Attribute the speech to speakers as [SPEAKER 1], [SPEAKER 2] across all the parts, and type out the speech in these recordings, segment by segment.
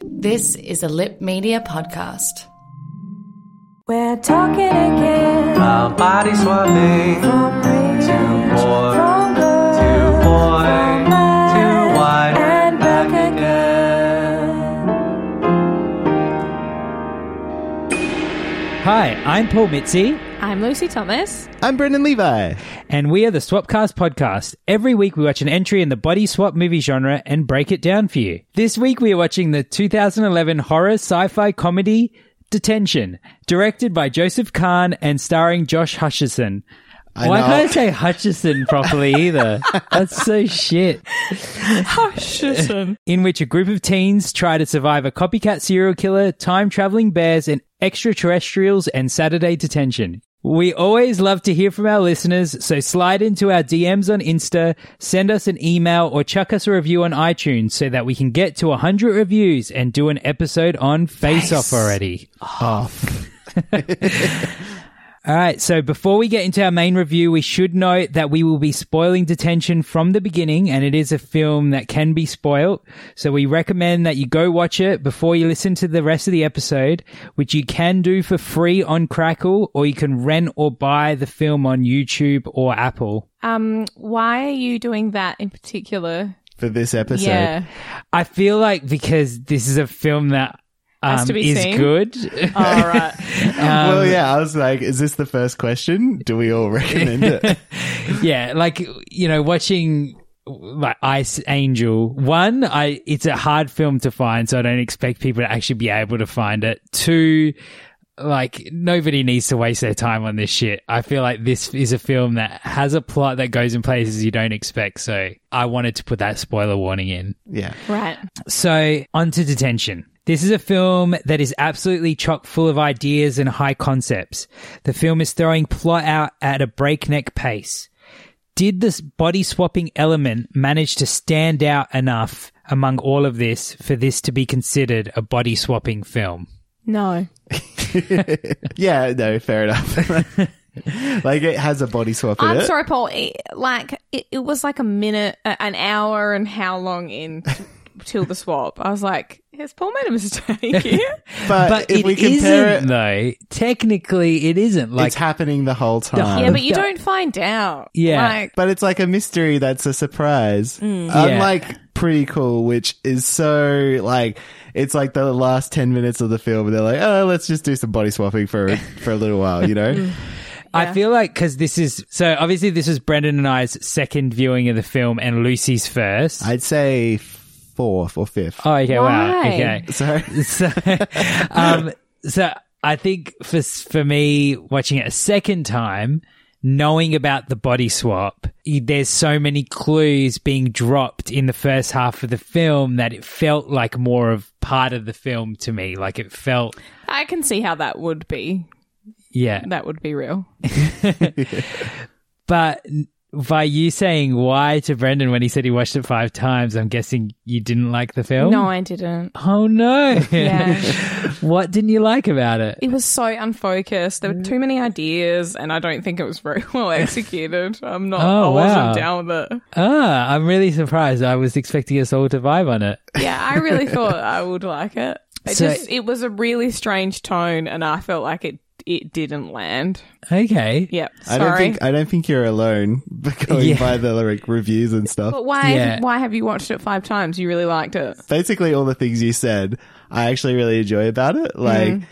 [SPEAKER 1] This is a Lip Media podcast.
[SPEAKER 2] We're talking again.
[SPEAKER 3] My body swapping
[SPEAKER 2] From
[SPEAKER 3] to
[SPEAKER 2] rage,
[SPEAKER 3] boy
[SPEAKER 2] from birth,
[SPEAKER 3] to boy
[SPEAKER 2] from
[SPEAKER 3] to
[SPEAKER 2] man,
[SPEAKER 3] white
[SPEAKER 2] and back
[SPEAKER 3] again.
[SPEAKER 4] Hi, I'm Paul Mitzi,
[SPEAKER 5] I'm Lucy Thomas.
[SPEAKER 6] I'm Brendan Levi.
[SPEAKER 4] and we are the Swapcast Podcast. Every week we watch an entry in the body swap movie genre and break it down for you. This week we are watching the 2011 horror sci-fi comedy Detention, directed by Joseph Kahn and starring Josh Hutcherson. Why
[SPEAKER 6] know.
[SPEAKER 4] can't I say Hutcherson properly either? That's so shit. in which a group of teens try to survive a copycat serial killer, time traveling bears, and extraterrestrials and Saturday detention. We always love to hear from our listeners, so slide into our DMs on Insta, send us an email, or chuck us a review on iTunes so that we can get to 100 reviews and do an episode on Face Off already. All right, so before we get into our main review, we should note that we will be spoiling Detention from the beginning, and it is a film that can be spoiled. So we recommend that you go watch it before you listen to the rest of the episode, which you can do for free on Crackle, or you can rent or buy the film on YouTube or Apple.
[SPEAKER 5] Um, why are you doing that in particular?
[SPEAKER 6] For this episode,
[SPEAKER 5] yeah.
[SPEAKER 4] I feel like because this is a film that
[SPEAKER 5] Has
[SPEAKER 4] um,
[SPEAKER 5] to be
[SPEAKER 4] is
[SPEAKER 5] seen. Oh,
[SPEAKER 4] good.
[SPEAKER 5] All right.
[SPEAKER 4] Um,
[SPEAKER 6] well, yeah, I was like, "Is this the first question? Do we all recommend it?"
[SPEAKER 4] yeah, like you know, watching like Ice Angel one, I it's a hard film to find, so I don't expect people to actually be able to find it. Two, like nobody needs to waste their time on this shit. I feel like this is a film that has a plot that goes in places you don't expect. So I wanted to put that spoiler warning in.
[SPEAKER 6] yeah,
[SPEAKER 5] right.
[SPEAKER 4] So, on to detention. This is a film that is absolutely chock full of ideas and high concepts. The film is throwing plot out at a breakneck pace. Did this body swapping element manage to stand out enough among all of this for this to be considered a body swapping film?
[SPEAKER 5] No.
[SPEAKER 6] yeah. No, fair enough. like it has a body swap in
[SPEAKER 5] I'm
[SPEAKER 6] it.
[SPEAKER 5] sorry, Paul. It, like, it, it was like a minute, uh, an hour, and how long in t- till the swap? I was like, has Paul made a mistake here?
[SPEAKER 6] but,
[SPEAKER 4] But
[SPEAKER 6] Uh, if
[SPEAKER 4] it
[SPEAKER 6] we compare
[SPEAKER 4] isn't,
[SPEAKER 6] it,
[SPEAKER 4] though. Technically, it isn't. Like,
[SPEAKER 6] it's happening the whole time.
[SPEAKER 5] yeah, but you don't find out.
[SPEAKER 4] Yeah.
[SPEAKER 5] Like,
[SPEAKER 6] But it's like a mystery that's a surprise.
[SPEAKER 5] Mm.
[SPEAKER 6] Unlike Pretty Cool, which is so like it's like the last ten minutes of the film, and they're like, "Oh, let's just do some body swapping for for a little while," you know.
[SPEAKER 4] I feel like because this is so obviously this was Brendan and I's second viewing of the film and Lucy's first.
[SPEAKER 6] I'd say fourth or fifth.
[SPEAKER 4] Oh, okay. Wow.
[SPEAKER 5] Why?
[SPEAKER 4] Okay.
[SPEAKER 6] so
[SPEAKER 4] So, um, so I think for for me watching it a second time, knowing about the body swap, y- there's so many clues being dropped in the first half of the film that it felt like more of part of the film to me. Like it felt,
[SPEAKER 5] I can see how that would be.
[SPEAKER 4] yeah.
[SPEAKER 5] That would be real.
[SPEAKER 4] But by you saying why to Brendan when he said he watched it five times, I'm guessing you didn't like the film.
[SPEAKER 5] No, I didn't.
[SPEAKER 4] Oh no!
[SPEAKER 5] Yeah.
[SPEAKER 4] what didn't you like about it?
[SPEAKER 5] It was so unfocused. There were too many ideas, and I don't think it was very well executed. I'm not.
[SPEAKER 4] Oh,
[SPEAKER 5] I wasn't
[SPEAKER 4] wow.
[SPEAKER 5] down with it.
[SPEAKER 4] Ah, I'm really surprised. I was expecting us all to vibe on it.
[SPEAKER 5] Yeah, I really thought I would like it. It
[SPEAKER 4] So-
[SPEAKER 5] just it was a really strange tone, and I felt like it it didn't land.
[SPEAKER 4] Okay.
[SPEAKER 5] Yep.
[SPEAKER 6] I
[SPEAKER 5] Sorry.
[SPEAKER 6] don't think I don't think you're alone going
[SPEAKER 4] Yeah.
[SPEAKER 6] by the like reviews and stuff.
[SPEAKER 5] but why
[SPEAKER 4] Yeah.
[SPEAKER 5] why have you watched it five times? You really liked it.
[SPEAKER 6] Basically, all the things you said, I actually really enjoy about it. Like,
[SPEAKER 5] Mm-hmm.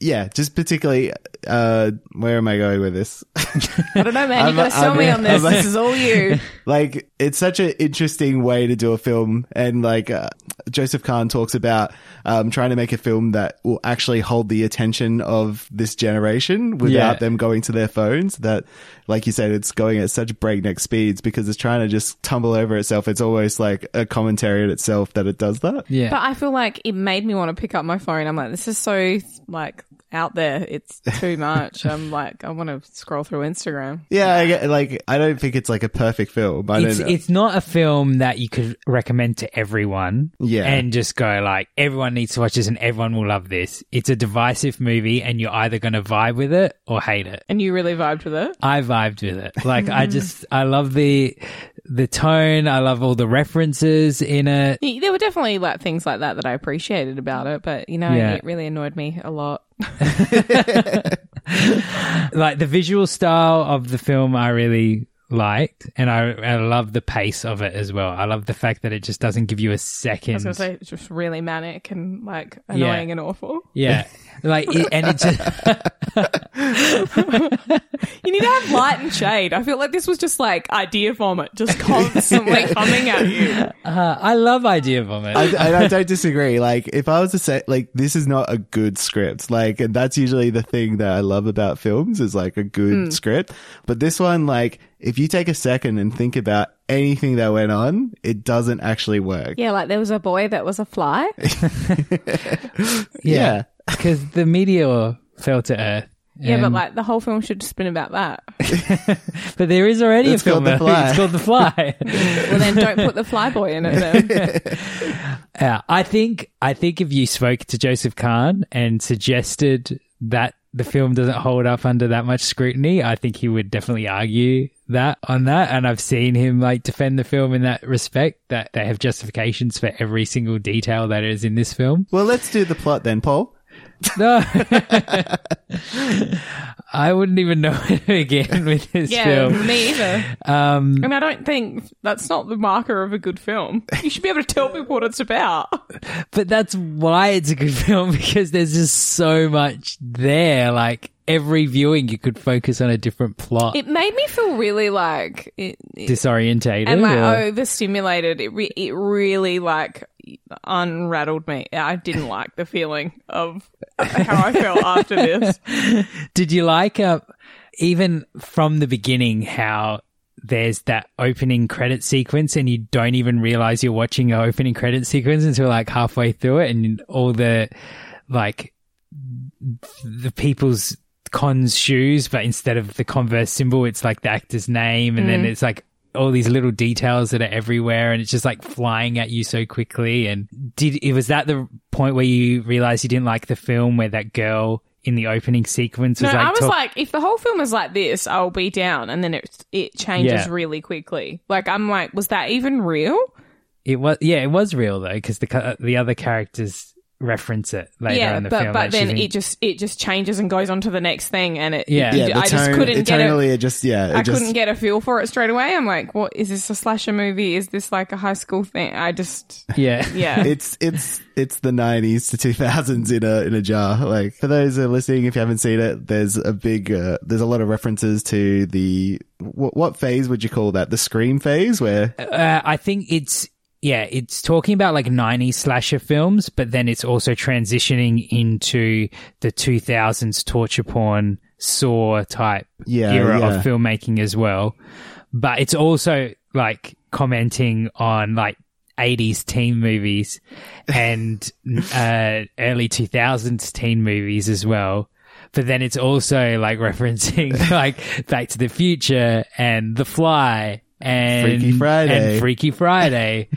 [SPEAKER 6] yeah, just particularly. Uh, where am I going with this?
[SPEAKER 5] I don't know, man. You
[SPEAKER 6] I'm-
[SPEAKER 5] got to sell
[SPEAKER 6] I'm-
[SPEAKER 5] me on this.
[SPEAKER 6] I'm-
[SPEAKER 5] this is all you.
[SPEAKER 6] like, it's such an interesting way to do a film, and like, uh, Joseph Kahn talks about um, trying to make a film that will actually hold the attention of this generation without
[SPEAKER 4] Yeah.
[SPEAKER 6] them going to their phones. That, like you said, it's going at such breakneck speeds because it's trying to just tumble over itself. It's almost like a commentary on itself that it does that.
[SPEAKER 4] Yeah.
[SPEAKER 5] But I feel like it made me want to pick up my phone. I'm like, this is so like out there. It's too much. I'm like, I want to scroll through Instagram.
[SPEAKER 6] Yeah, I get, like I don't think it's like a perfect film. I
[SPEAKER 4] it's
[SPEAKER 6] don't
[SPEAKER 4] it's not a film that you could recommend to everyone.
[SPEAKER 6] Yeah.
[SPEAKER 4] And just go like everyone needs to watch this and everyone will love this. It's a divisive movie and you're either gonna vibe with it or hate it.
[SPEAKER 5] And you really vibed with it.
[SPEAKER 4] I vibed with it. Like I just I love the the tone, I love all the references in it.
[SPEAKER 5] Y- There were definitely like things like that that I appreciated about it, but you know,
[SPEAKER 4] Yeah.
[SPEAKER 5] it really annoyed me a lot.
[SPEAKER 4] Like the visual style of the film I really liked and I I love the pace of it as well. I love the fact that it just doesn't give you a second.
[SPEAKER 5] I was gonna say it's just really manic and like
[SPEAKER 4] Yeah.
[SPEAKER 5] annoying and awful.
[SPEAKER 4] Yeah. like it, and it just
[SPEAKER 5] You need to have light and shade. I feel like this was just like idea vomit, just constantly coming at you.
[SPEAKER 4] uh, I love idea vomit.
[SPEAKER 6] I, I, I don't disagree. Like, if I was to say, like, this is not a good script. Like, and that's usually the thing that I love about films is like a good
[SPEAKER 5] Hmm.
[SPEAKER 6] script. But this one, like, if you take a second and think about anything that went on, it doesn't actually work.
[SPEAKER 5] Yeah, like there was a boy that was a fly.
[SPEAKER 6] Yeah.
[SPEAKER 4] because the meteor fell to Earth.
[SPEAKER 5] Yeah, but
[SPEAKER 4] and-
[SPEAKER 5] like the whole film should just been about that.
[SPEAKER 4] but there is already
[SPEAKER 6] It's
[SPEAKER 4] a film.
[SPEAKER 6] called The
[SPEAKER 4] out.
[SPEAKER 6] Fly.
[SPEAKER 4] It's called The Fly.
[SPEAKER 5] Well, then don't put the fly boy in it. Then
[SPEAKER 4] yeah, Uh, I think I think if you spoke to Joseph Kahn and suggested that the film doesn't hold up under that much scrutiny, I think he would definitely argue that on that. And I've seen him like defend the film in that respect that they have justifications for every single detail that is in this film.
[SPEAKER 6] Well, let's do the plot then, Paul.
[SPEAKER 4] No. I wouldn't even know it again with this
[SPEAKER 5] yeah,
[SPEAKER 4] film.
[SPEAKER 5] me either.
[SPEAKER 4] Um,
[SPEAKER 5] I mean, I don't think that's not the marker of a good film. You should be able to tell people what it's about.
[SPEAKER 4] But that's why it's a good film because there's just so much there. Like every viewing, you could focus on a different plot.
[SPEAKER 5] It made me feel really like it, it-
[SPEAKER 4] disorientated.
[SPEAKER 5] and like
[SPEAKER 4] or-
[SPEAKER 5] overstimulated. It re- it really like unrattled me. I didn't like the feeling of how I felt after this.
[SPEAKER 4] Did you like uh, even from the beginning how there's that opening credit sequence and you don't even realize you're watching an opening credit sequence until like halfway through it and all the like the people's cons shoes but instead of the converse symbol it's like the actor's name and then it's like all these little details that are everywhere and it's just like flying at you so quickly and did it was that the point where you realized you didn't like the film where that girl in the opening sequence
[SPEAKER 5] No,
[SPEAKER 4] was like,
[SPEAKER 5] I was
[SPEAKER 4] talk-
[SPEAKER 5] like, if the whole film is like this, I'll be down. And then it it
[SPEAKER 4] Yeah.
[SPEAKER 5] changes really quickly. Like I'm like, was that even real?
[SPEAKER 4] it was yeah it was real though because the ca- the other characters reference it later
[SPEAKER 5] yeah,
[SPEAKER 4] on the
[SPEAKER 5] but
[SPEAKER 4] film
[SPEAKER 5] but
[SPEAKER 4] like, she's
[SPEAKER 5] then
[SPEAKER 4] in-
[SPEAKER 5] it just it just changes and goes on to the next thing, and it
[SPEAKER 4] Yeah. Yeah,
[SPEAKER 5] I just couldn't get it.
[SPEAKER 6] tonally, it just, yeah, it
[SPEAKER 5] I
[SPEAKER 6] just,
[SPEAKER 5] couldn't get a feel for it straight away. I'm like, what is this a slasher movie? Is this like a high school thing? I just
[SPEAKER 4] yeah
[SPEAKER 5] yeah.
[SPEAKER 6] it's it's it's the nineties to two thousands in a in a jar. Like for those who are listening, if you haven't seen it, there's a big uh, there's a lot of references to the what, what phase would you call that? The scream phase, where
[SPEAKER 4] uh, I think it's yeah, it's talking about like 90s slasher films, but then it's also transitioning into the 2000s torture porn saw type
[SPEAKER 6] Yeah,
[SPEAKER 4] era
[SPEAKER 6] yeah.
[SPEAKER 4] of filmmaking as well. But it's also like commenting on like 80s teen movies and uh, early 2000s teen movies as well. But then it's also like referencing like Back to the Future and The Fly and
[SPEAKER 6] Freaky
[SPEAKER 4] and-
[SPEAKER 6] Friday.
[SPEAKER 4] and Freaky Friday.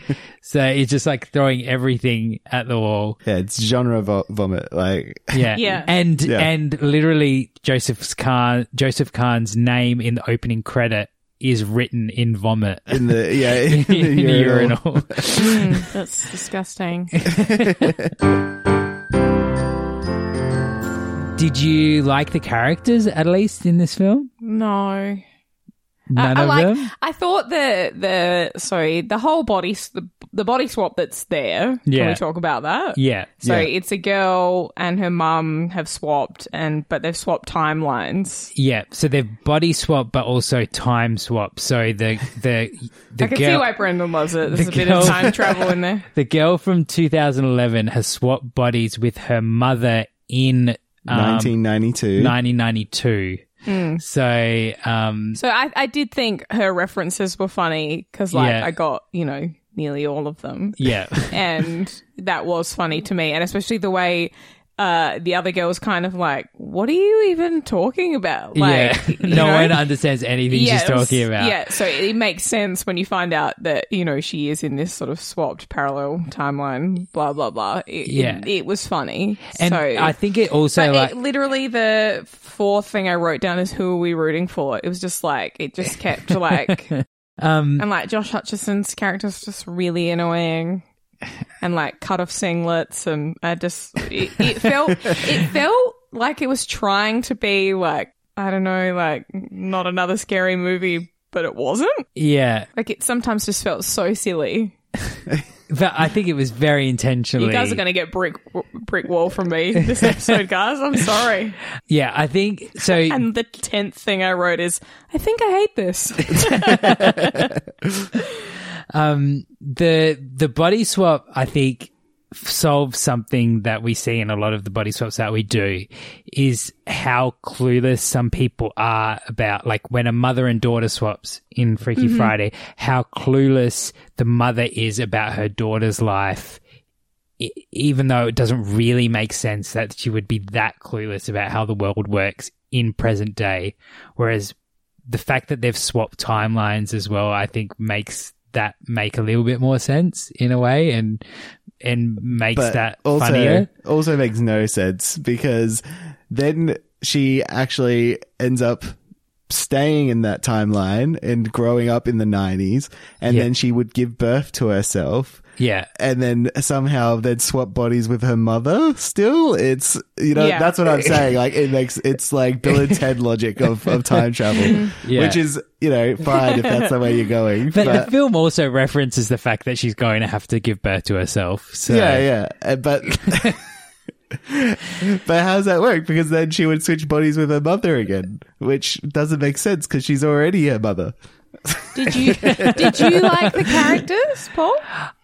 [SPEAKER 4] so it's just like throwing everything at the wall.
[SPEAKER 6] yeah, it's genre vo- vomit. Like
[SPEAKER 4] Yeah,
[SPEAKER 5] Yeah.
[SPEAKER 4] and
[SPEAKER 6] Yeah.
[SPEAKER 4] and literally Joseph's Khan, Joseph Khan's name in the opening credit is written in vomit
[SPEAKER 6] in the yeah in the
[SPEAKER 4] in the
[SPEAKER 6] urinal.
[SPEAKER 4] urinal.
[SPEAKER 5] Mm, that's disgusting.
[SPEAKER 4] Did you like the characters at least in this film?
[SPEAKER 5] No.
[SPEAKER 4] None
[SPEAKER 5] I, I
[SPEAKER 4] of
[SPEAKER 5] like.
[SPEAKER 4] them.
[SPEAKER 5] I thought the the sorry the whole body s- the, the body swap that's there. Can
[SPEAKER 4] Yeah.
[SPEAKER 5] we talk about that?
[SPEAKER 4] Yeah.
[SPEAKER 5] So
[SPEAKER 6] Yeah.
[SPEAKER 5] it's a girl and her mum have swapped, and but they've swapped timelines.
[SPEAKER 4] Yeah, so they're body swap, but also time swap. So the the the
[SPEAKER 5] I can see
[SPEAKER 4] girl
[SPEAKER 5] why Brendan loves it. There's
[SPEAKER 4] the
[SPEAKER 5] a bit
[SPEAKER 4] girl-
[SPEAKER 5] of time travel in there.
[SPEAKER 4] the girl from 2011 has swapped bodies with her mother in um,
[SPEAKER 6] 1992.
[SPEAKER 4] 1992.
[SPEAKER 5] Hmm.
[SPEAKER 4] So um,
[SPEAKER 5] So I, I did think her references were funny because like
[SPEAKER 4] Yeah.
[SPEAKER 5] I got you know nearly all of them.
[SPEAKER 4] yeah,
[SPEAKER 5] and that was funny to me and especially the way uh, the other girl was kind of like what are you even talking about like
[SPEAKER 4] yeah.
[SPEAKER 5] you
[SPEAKER 4] No
[SPEAKER 5] know?
[SPEAKER 4] one understands anything
[SPEAKER 5] Yeah,
[SPEAKER 4] she's
[SPEAKER 5] it was-
[SPEAKER 4] talking about.
[SPEAKER 5] yeah so it makes sense when you find out that you know she is in this sort of swapped parallel timeline blah blah blah it,
[SPEAKER 4] Yeah.
[SPEAKER 5] it, it was funny
[SPEAKER 4] and
[SPEAKER 5] so
[SPEAKER 4] I think it also
[SPEAKER 5] but
[SPEAKER 4] like
[SPEAKER 5] it, literally the fourth thing I wrote down is who are we rooting for? It was just like it just kept like
[SPEAKER 4] um,
[SPEAKER 5] and like Josh Hutcherson's character's just really annoying. And like cut off singlets, and I just it, it felt it felt like it was trying to be like I don't know, like not another scary movie, but it wasn't.
[SPEAKER 4] yeah,
[SPEAKER 5] Like it sometimes just felt so silly.
[SPEAKER 4] but I think it was very intentionally.
[SPEAKER 5] You guys are gonna get brick brick wall from me this episode, guys. I'm sorry.
[SPEAKER 4] yeah, I think so.
[SPEAKER 5] And the tenth thing I wrote is I think I hate this.
[SPEAKER 4] um the the body swap i think f- solves something that we see in a lot of the body swaps that we do is how clueless some people are about like when a mother and daughter swaps in freaky friday how clueless the mother is about her daughter's life e- even though it doesn't really make sense that she would be that clueless about how the world works in present day whereas the fact that they've swapped timelines as well, I think makes that make a little bit more sense in a way, and and makes
[SPEAKER 6] but
[SPEAKER 4] that
[SPEAKER 6] also,
[SPEAKER 4] funnier.
[SPEAKER 6] also makes no sense because then she actually ends up staying in that timeline and growing up in the 90s and
[SPEAKER 4] Yeah.
[SPEAKER 6] then she would give birth to herself
[SPEAKER 4] Yeah,
[SPEAKER 6] and then somehow they'd swap bodies with her mother still it's you know
[SPEAKER 5] Yeah.
[SPEAKER 6] that's what i'm saying like it makes it's like bill and ted logic of, of time travel
[SPEAKER 4] Yeah.
[SPEAKER 6] which is you know fine if that's the way you're going
[SPEAKER 4] but,
[SPEAKER 6] but-
[SPEAKER 4] the film also references the fact that she's going to have to give birth to herself. So
[SPEAKER 6] Yeah, yeah. Uh, But but how does that work? Because then she would switch bodies with her mother again, which doesn't make sense because she's already her mother.
[SPEAKER 5] Did you did you like the characters, Paul?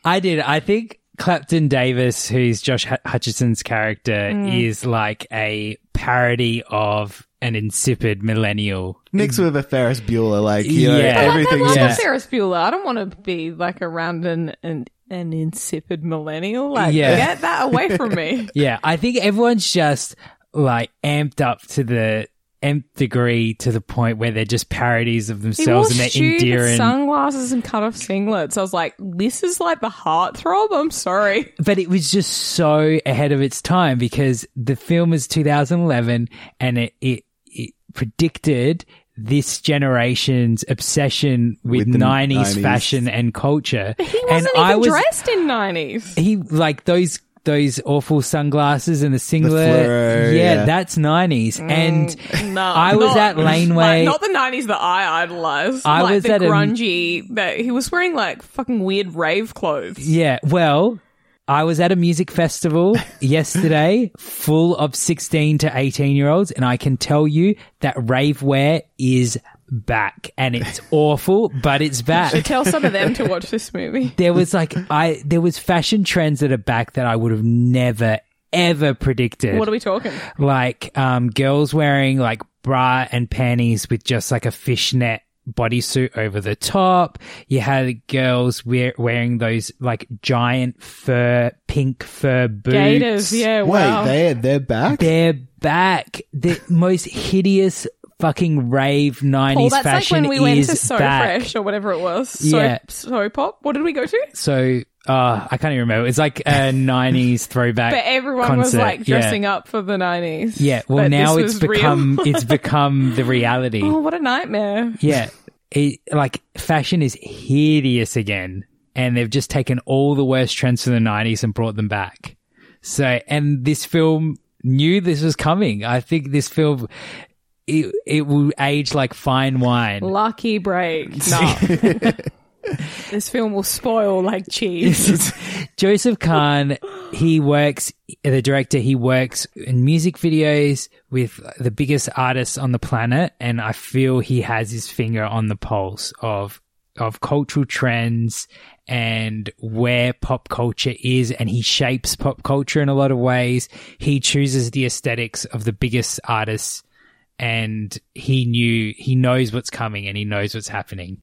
[SPEAKER 4] I did. I think Clapton Davis, who's Josh H- Hutcherson's character, is like a parody of an insipid millennial.
[SPEAKER 6] Mixed with a Ferris Bueller, like you know,
[SPEAKER 4] Yeah. But, like,
[SPEAKER 6] everything.
[SPEAKER 5] I love
[SPEAKER 4] Yeah.
[SPEAKER 5] a Ferris Bueller. I don't want to be like around an an, an insipid millennial. Like,
[SPEAKER 4] Yeah.
[SPEAKER 5] get that away from me.
[SPEAKER 4] Yeah, I think everyone's just like amped up to the nth degree to the point where they're just parodies of
[SPEAKER 5] He wore
[SPEAKER 4] themselves and they're
[SPEAKER 5] shoes,
[SPEAKER 4] endearing.
[SPEAKER 5] sunglasses, and cut off singlets. I was like, this is like the heartthrob. I'm sorry.
[SPEAKER 4] but it was just so ahead of its time because the film is 2011 and it, it, it predicted this generation's obsession with,
[SPEAKER 6] With the
[SPEAKER 4] 90s,
[SPEAKER 6] 90s.
[SPEAKER 4] fashion and culture.
[SPEAKER 5] He
[SPEAKER 4] and
[SPEAKER 5] wasn't even
[SPEAKER 4] I was
[SPEAKER 5] dressed in nineties.
[SPEAKER 4] he like those those awful sunglasses and the singlet.
[SPEAKER 6] fluoro,
[SPEAKER 4] yeah,
[SPEAKER 6] yeah.
[SPEAKER 4] that's 90s and
[SPEAKER 5] No,
[SPEAKER 4] I was
[SPEAKER 5] Mm, not-
[SPEAKER 4] at Laneway.
[SPEAKER 5] like, not the nineties that I idolized.
[SPEAKER 4] I
[SPEAKER 5] like
[SPEAKER 4] was
[SPEAKER 5] the
[SPEAKER 4] at a-
[SPEAKER 5] grungy that he was wearing like fucking weird rave clothes.
[SPEAKER 4] Yeah, well, I was at a music festival yesterday full of 16 to 18 year olds, and I can tell you that rave wear is back and it's awful, but it's back.
[SPEAKER 5] Tell some of them to watch this movie.
[SPEAKER 4] There was like, I, there was fashion trends that are back that I would have never, ever predicted
[SPEAKER 5] What are we talking?
[SPEAKER 4] like um, girls wearing like bra and panties with just like a fishnet bodysuit over the top. You had girls wear- wearing those like giant fur, pink fur boots.
[SPEAKER 5] Gators, yeah.
[SPEAKER 6] Wait,
[SPEAKER 5] wow.
[SPEAKER 6] they they're back.
[SPEAKER 4] They're back. The most hideous fucking rave 90s
[SPEAKER 5] Paul, Oh, that's like
[SPEAKER 4] fashion
[SPEAKER 5] when we went
[SPEAKER 4] is
[SPEAKER 5] to So
[SPEAKER 4] back.
[SPEAKER 5] Fresh or whatever it was. So,
[SPEAKER 4] Yeah.
[SPEAKER 5] so Pop. What did we go to?
[SPEAKER 4] So, uh, I can't even remember. It's like a 90s throwback.
[SPEAKER 5] But everyone was
[SPEAKER 4] concert.
[SPEAKER 5] like
[SPEAKER 4] yeah.
[SPEAKER 5] dressing up for the nineties.
[SPEAKER 4] Yeah, well
[SPEAKER 5] But
[SPEAKER 4] now
[SPEAKER 5] this
[SPEAKER 4] it's
[SPEAKER 5] was real.
[SPEAKER 4] become it's become the reality.
[SPEAKER 5] Oh, what a nightmare!
[SPEAKER 4] Yeah. It, like fashion is hideous again. And they've just taken all the worst trends from the 90s and brought them back. So, and this film knew this was coming. I think this film it, it will age like fine wine.
[SPEAKER 5] Lucky break. No. this film will spoil like cheese.
[SPEAKER 4] Joseph Kahn, he works, the director, he works in music videos with the biggest artists on the planet. And I feel he has his finger on the pulse of, of cultural trends and where pop culture is. And he shapes pop culture in a lot of ways. He chooses the aesthetics of the biggest artists and he knew, he knows what's coming and he knows what's happening.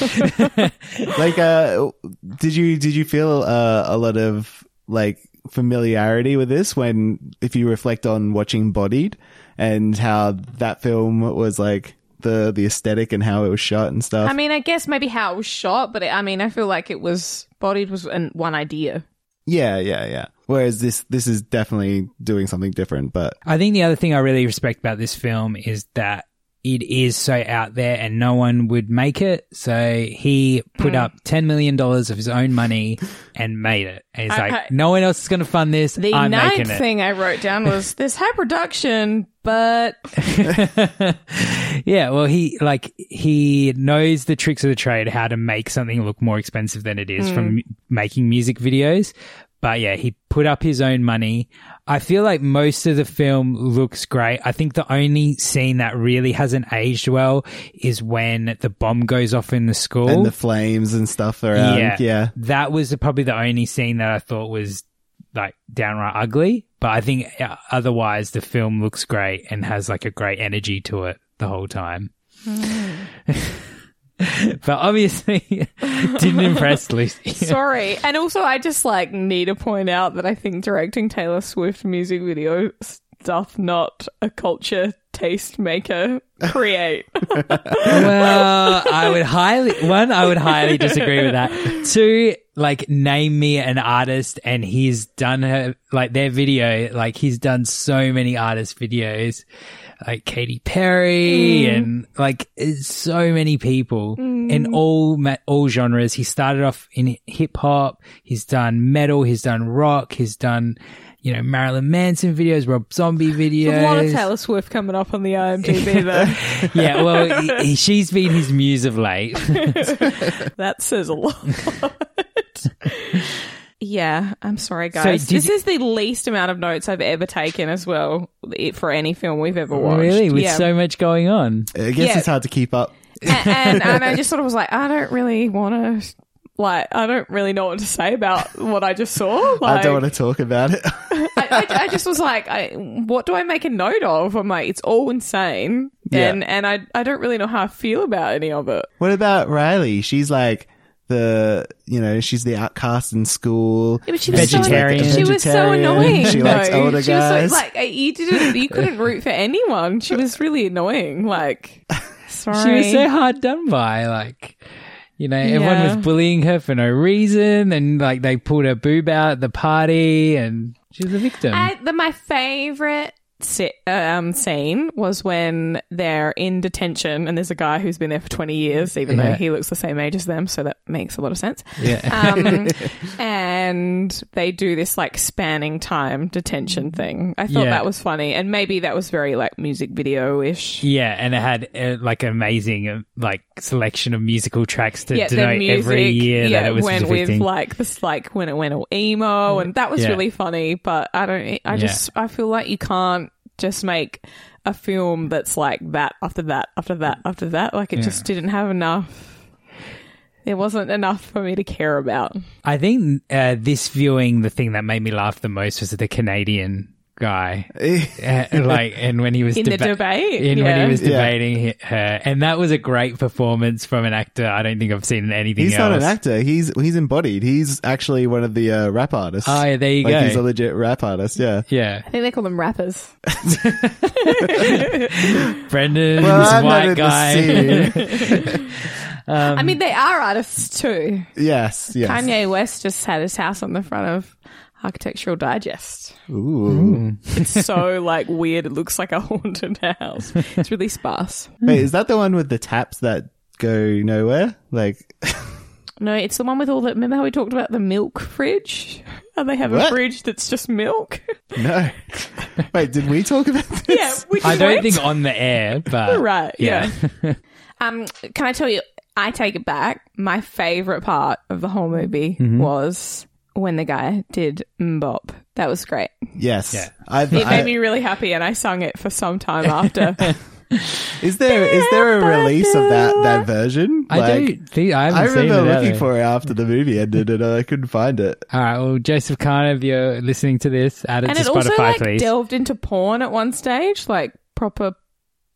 [SPEAKER 6] like uh did you did you feel uh, a lot of like familiarity with this when if you reflect on watching bodied and how that film was like the the aesthetic and how it was shot and stuff
[SPEAKER 5] I mean, I guess maybe how it was shot, but it, I mean, I feel like it was bodied was an, one idea.
[SPEAKER 6] yeah yeah yeah whereas this this is definitely doing something different but
[SPEAKER 4] I think the other thing I really respect about this film is that it is so out there and no one would make it. So he
[SPEAKER 5] Hmm.
[SPEAKER 4] put up $10 million of his own money and made it. And he's
[SPEAKER 5] I-
[SPEAKER 4] like,
[SPEAKER 5] I-
[SPEAKER 4] no one else is going to fund this.
[SPEAKER 5] The
[SPEAKER 4] I'm making
[SPEAKER 5] ninth
[SPEAKER 4] it.
[SPEAKER 5] thing I wrote down was there's high production, but
[SPEAKER 4] yeah, well, he like he knows the tricks of the trade, how to make something look more expensive than it is from m- making music videos. But yeah, he put up his own money. I feel like most of the film looks great. I think the only scene that really hasn't aged well is when the bomb goes off in the school.
[SPEAKER 6] and the flames and stuff around um, yeah,
[SPEAKER 4] That was probably the only scene that I thought was like downright ugly. But I think uh, otherwise the film looks great and has like a great energy to it the whole time. but obviously didn't impress Lucy.
[SPEAKER 5] sorry. And also, I just like need to point out that I think directing Taylor Swift music video stuff not a culture taste maker create.
[SPEAKER 4] well, I would highly one, I would highly disagree with that. Two, like name me an artist and he's done her like their video, like he's done so many artist videos. Like Katy Perry and like it's so many people in all ma- all genres. He started off in hip hop. He's done metal. He's done rock. He's done, you know, Marilyn Manson videos, Rob Zombie videos
[SPEAKER 5] A lot of Taylor Swift coming up on the IMDb though.
[SPEAKER 4] yeah, well, he- he, she's been his muse of late.
[SPEAKER 5] That says a lot. yeah, I'm sorry, guys.
[SPEAKER 4] did
[SPEAKER 5] this
[SPEAKER 4] you-
[SPEAKER 5] is the least amount of notes I've ever taken as well it, for any film we've ever watched.
[SPEAKER 4] really, with
[SPEAKER 5] yeah.
[SPEAKER 4] so much going on.
[SPEAKER 6] i guess
[SPEAKER 5] Yeah.
[SPEAKER 6] it's hard to keep up
[SPEAKER 5] and, and, and I just sort of was like, I don't really want to. Like, I don't really know what to say about what I just saw. Like,
[SPEAKER 6] i don't want to talk about it
[SPEAKER 5] I, I, I just was like, I, what do I make a note of? I'm like, it's all insane, and and I I don't really know how I feel about any of it.
[SPEAKER 6] what about riley she's like the you know she's the outcast in school
[SPEAKER 5] Yeah, but she was
[SPEAKER 4] Vegetarian.
[SPEAKER 5] So, she was so
[SPEAKER 6] Vegetarian.
[SPEAKER 5] annoying.
[SPEAKER 6] She likes
[SPEAKER 5] though.
[SPEAKER 6] older
[SPEAKER 5] She was so-
[SPEAKER 6] guys.
[SPEAKER 5] like uh, you didn't, you couldn't root for anyone. She was really annoying. Like, sorry.
[SPEAKER 4] She was so hard done by, like. You know, everyone was
[SPEAKER 5] Yeah.
[SPEAKER 4] bullying her for no reason, and like they pulled her boob out at the party, and she was a victim.
[SPEAKER 5] I, the, my favorite si- um, scene was when they're in detention and there's a guy who's been there for 20 years, even though
[SPEAKER 4] Yeah.
[SPEAKER 5] he looks the same age as them. So that makes a lot of sense.
[SPEAKER 4] yeah,
[SPEAKER 5] Um, and they do this like spanning time detention thing. I thought
[SPEAKER 4] Mm. Yeah.
[SPEAKER 5] that was funny. And maybe that was very like music video ish.
[SPEAKER 4] yeah, and it had uh, like an amazing uh, like selection of musical tracks to
[SPEAKER 5] the
[SPEAKER 4] denote every year
[SPEAKER 5] yeah,
[SPEAKER 4] that it was
[SPEAKER 5] went
[SPEAKER 4] depicting.
[SPEAKER 5] with like this, like when it went all emo, and that was
[SPEAKER 4] Yeah.
[SPEAKER 5] really funny. But I don't, I just, I feel like you can't just make a film that's like that after that after that after that. Like it just didn't have enough. There wasn't enough for me to care about.
[SPEAKER 4] I think uh, this viewing, the thing that made me laugh the most was the Canadian guy, Uh, like, and when he was
[SPEAKER 5] In the
[SPEAKER 4] deba-
[SPEAKER 5] debate,
[SPEAKER 4] in when
[SPEAKER 5] yeah.
[SPEAKER 4] he was
[SPEAKER 6] Yeah.
[SPEAKER 4] debating hi- her, and that was a great performance from an actor. I don't think I've seen in anything
[SPEAKER 6] He's
[SPEAKER 4] else.
[SPEAKER 6] not an actor. He's he's embodied. He's actually one of the uh, rap artists.
[SPEAKER 4] Oh, yeah, there you
[SPEAKER 6] like,
[SPEAKER 4] go.
[SPEAKER 6] He's a legit rap artist. Yeah.
[SPEAKER 4] Yeah,
[SPEAKER 5] I think they call them rappers.
[SPEAKER 4] Brendan's
[SPEAKER 6] Well, I'm not
[SPEAKER 4] white
[SPEAKER 6] in
[SPEAKER 4] guy.
[SPEAKER 6] the scene.
[SPEAKER 5] I
[SPEAKER 4] Um,
[SPEAKER 5] mean, they are artists too.
[SPEAKER 6] yes. Yes.
[SPEAKER 5] Kanye West just had his house on the front of Architectural Digest.
[SPEAKER 6] Ooh.
[SPEAKER 5] It's so like weird. It looks like a haunted house. It's really sparse.
[SPEAKER 6] Wait, is that the one with the taps that go nowhere? Like,
[SPEAKER 5] No, it's the one with all the. Remember how we talked about the milk fridge? And they have
[SPEAKER 6] What?
[SPEAKER 5] a fridge that's just milk.
[SPEAKER 6] No. Wait, did we talk about this?
[SPEAKER 5] yeah, which
[SPEAKER 4] I
[SPEAKER 5] is
[SPEAKER 4] don't
[SPEAKER 5] weird.
[SPEAKER 4] think on the air, but
[SPEAKER 5] Right, Um, can I tell you? I take it back. My favorite part of the whole movie
[SPEAKER 4] Mm-hmm.
[SPEAKER 5] was when the guy did Mbop. That was great.
[SPEAKER 6] Yes.
[SPEAKER 4] Yeah.
[SPEAKER 6] I,
[SPEAKER 5] It
[SPEAKER 6] I-
[SPEAKER 5] made me really happy, and I sung it for some time after.
[SPEAKER 6] is there is there a release of that that version?
[SPEAKER 4] I do. Think, I haven't
[SPEAKER 6] I
[SPEAKER 4] seen
[SPEAKER 6] remember
[SPEAKER 4] it
[SPEAKER 6] looking
[SPEAKER 4] either.
[SPEAKER 6] for it after the movie ended, and I couldn't find it.
[SPEAKER 4] All right. Well, Joseph Kahn, if you're listening to this, add it
[SPEAKER 5] and
[SPEAKER 4] to
[SPEAKER 5] it
[SPEAKER 4] Spotify,
[SPEAKER 5] also like
[SPEAKER 4] please.
[SPEAKER 5] delved into porn at one stage, like proper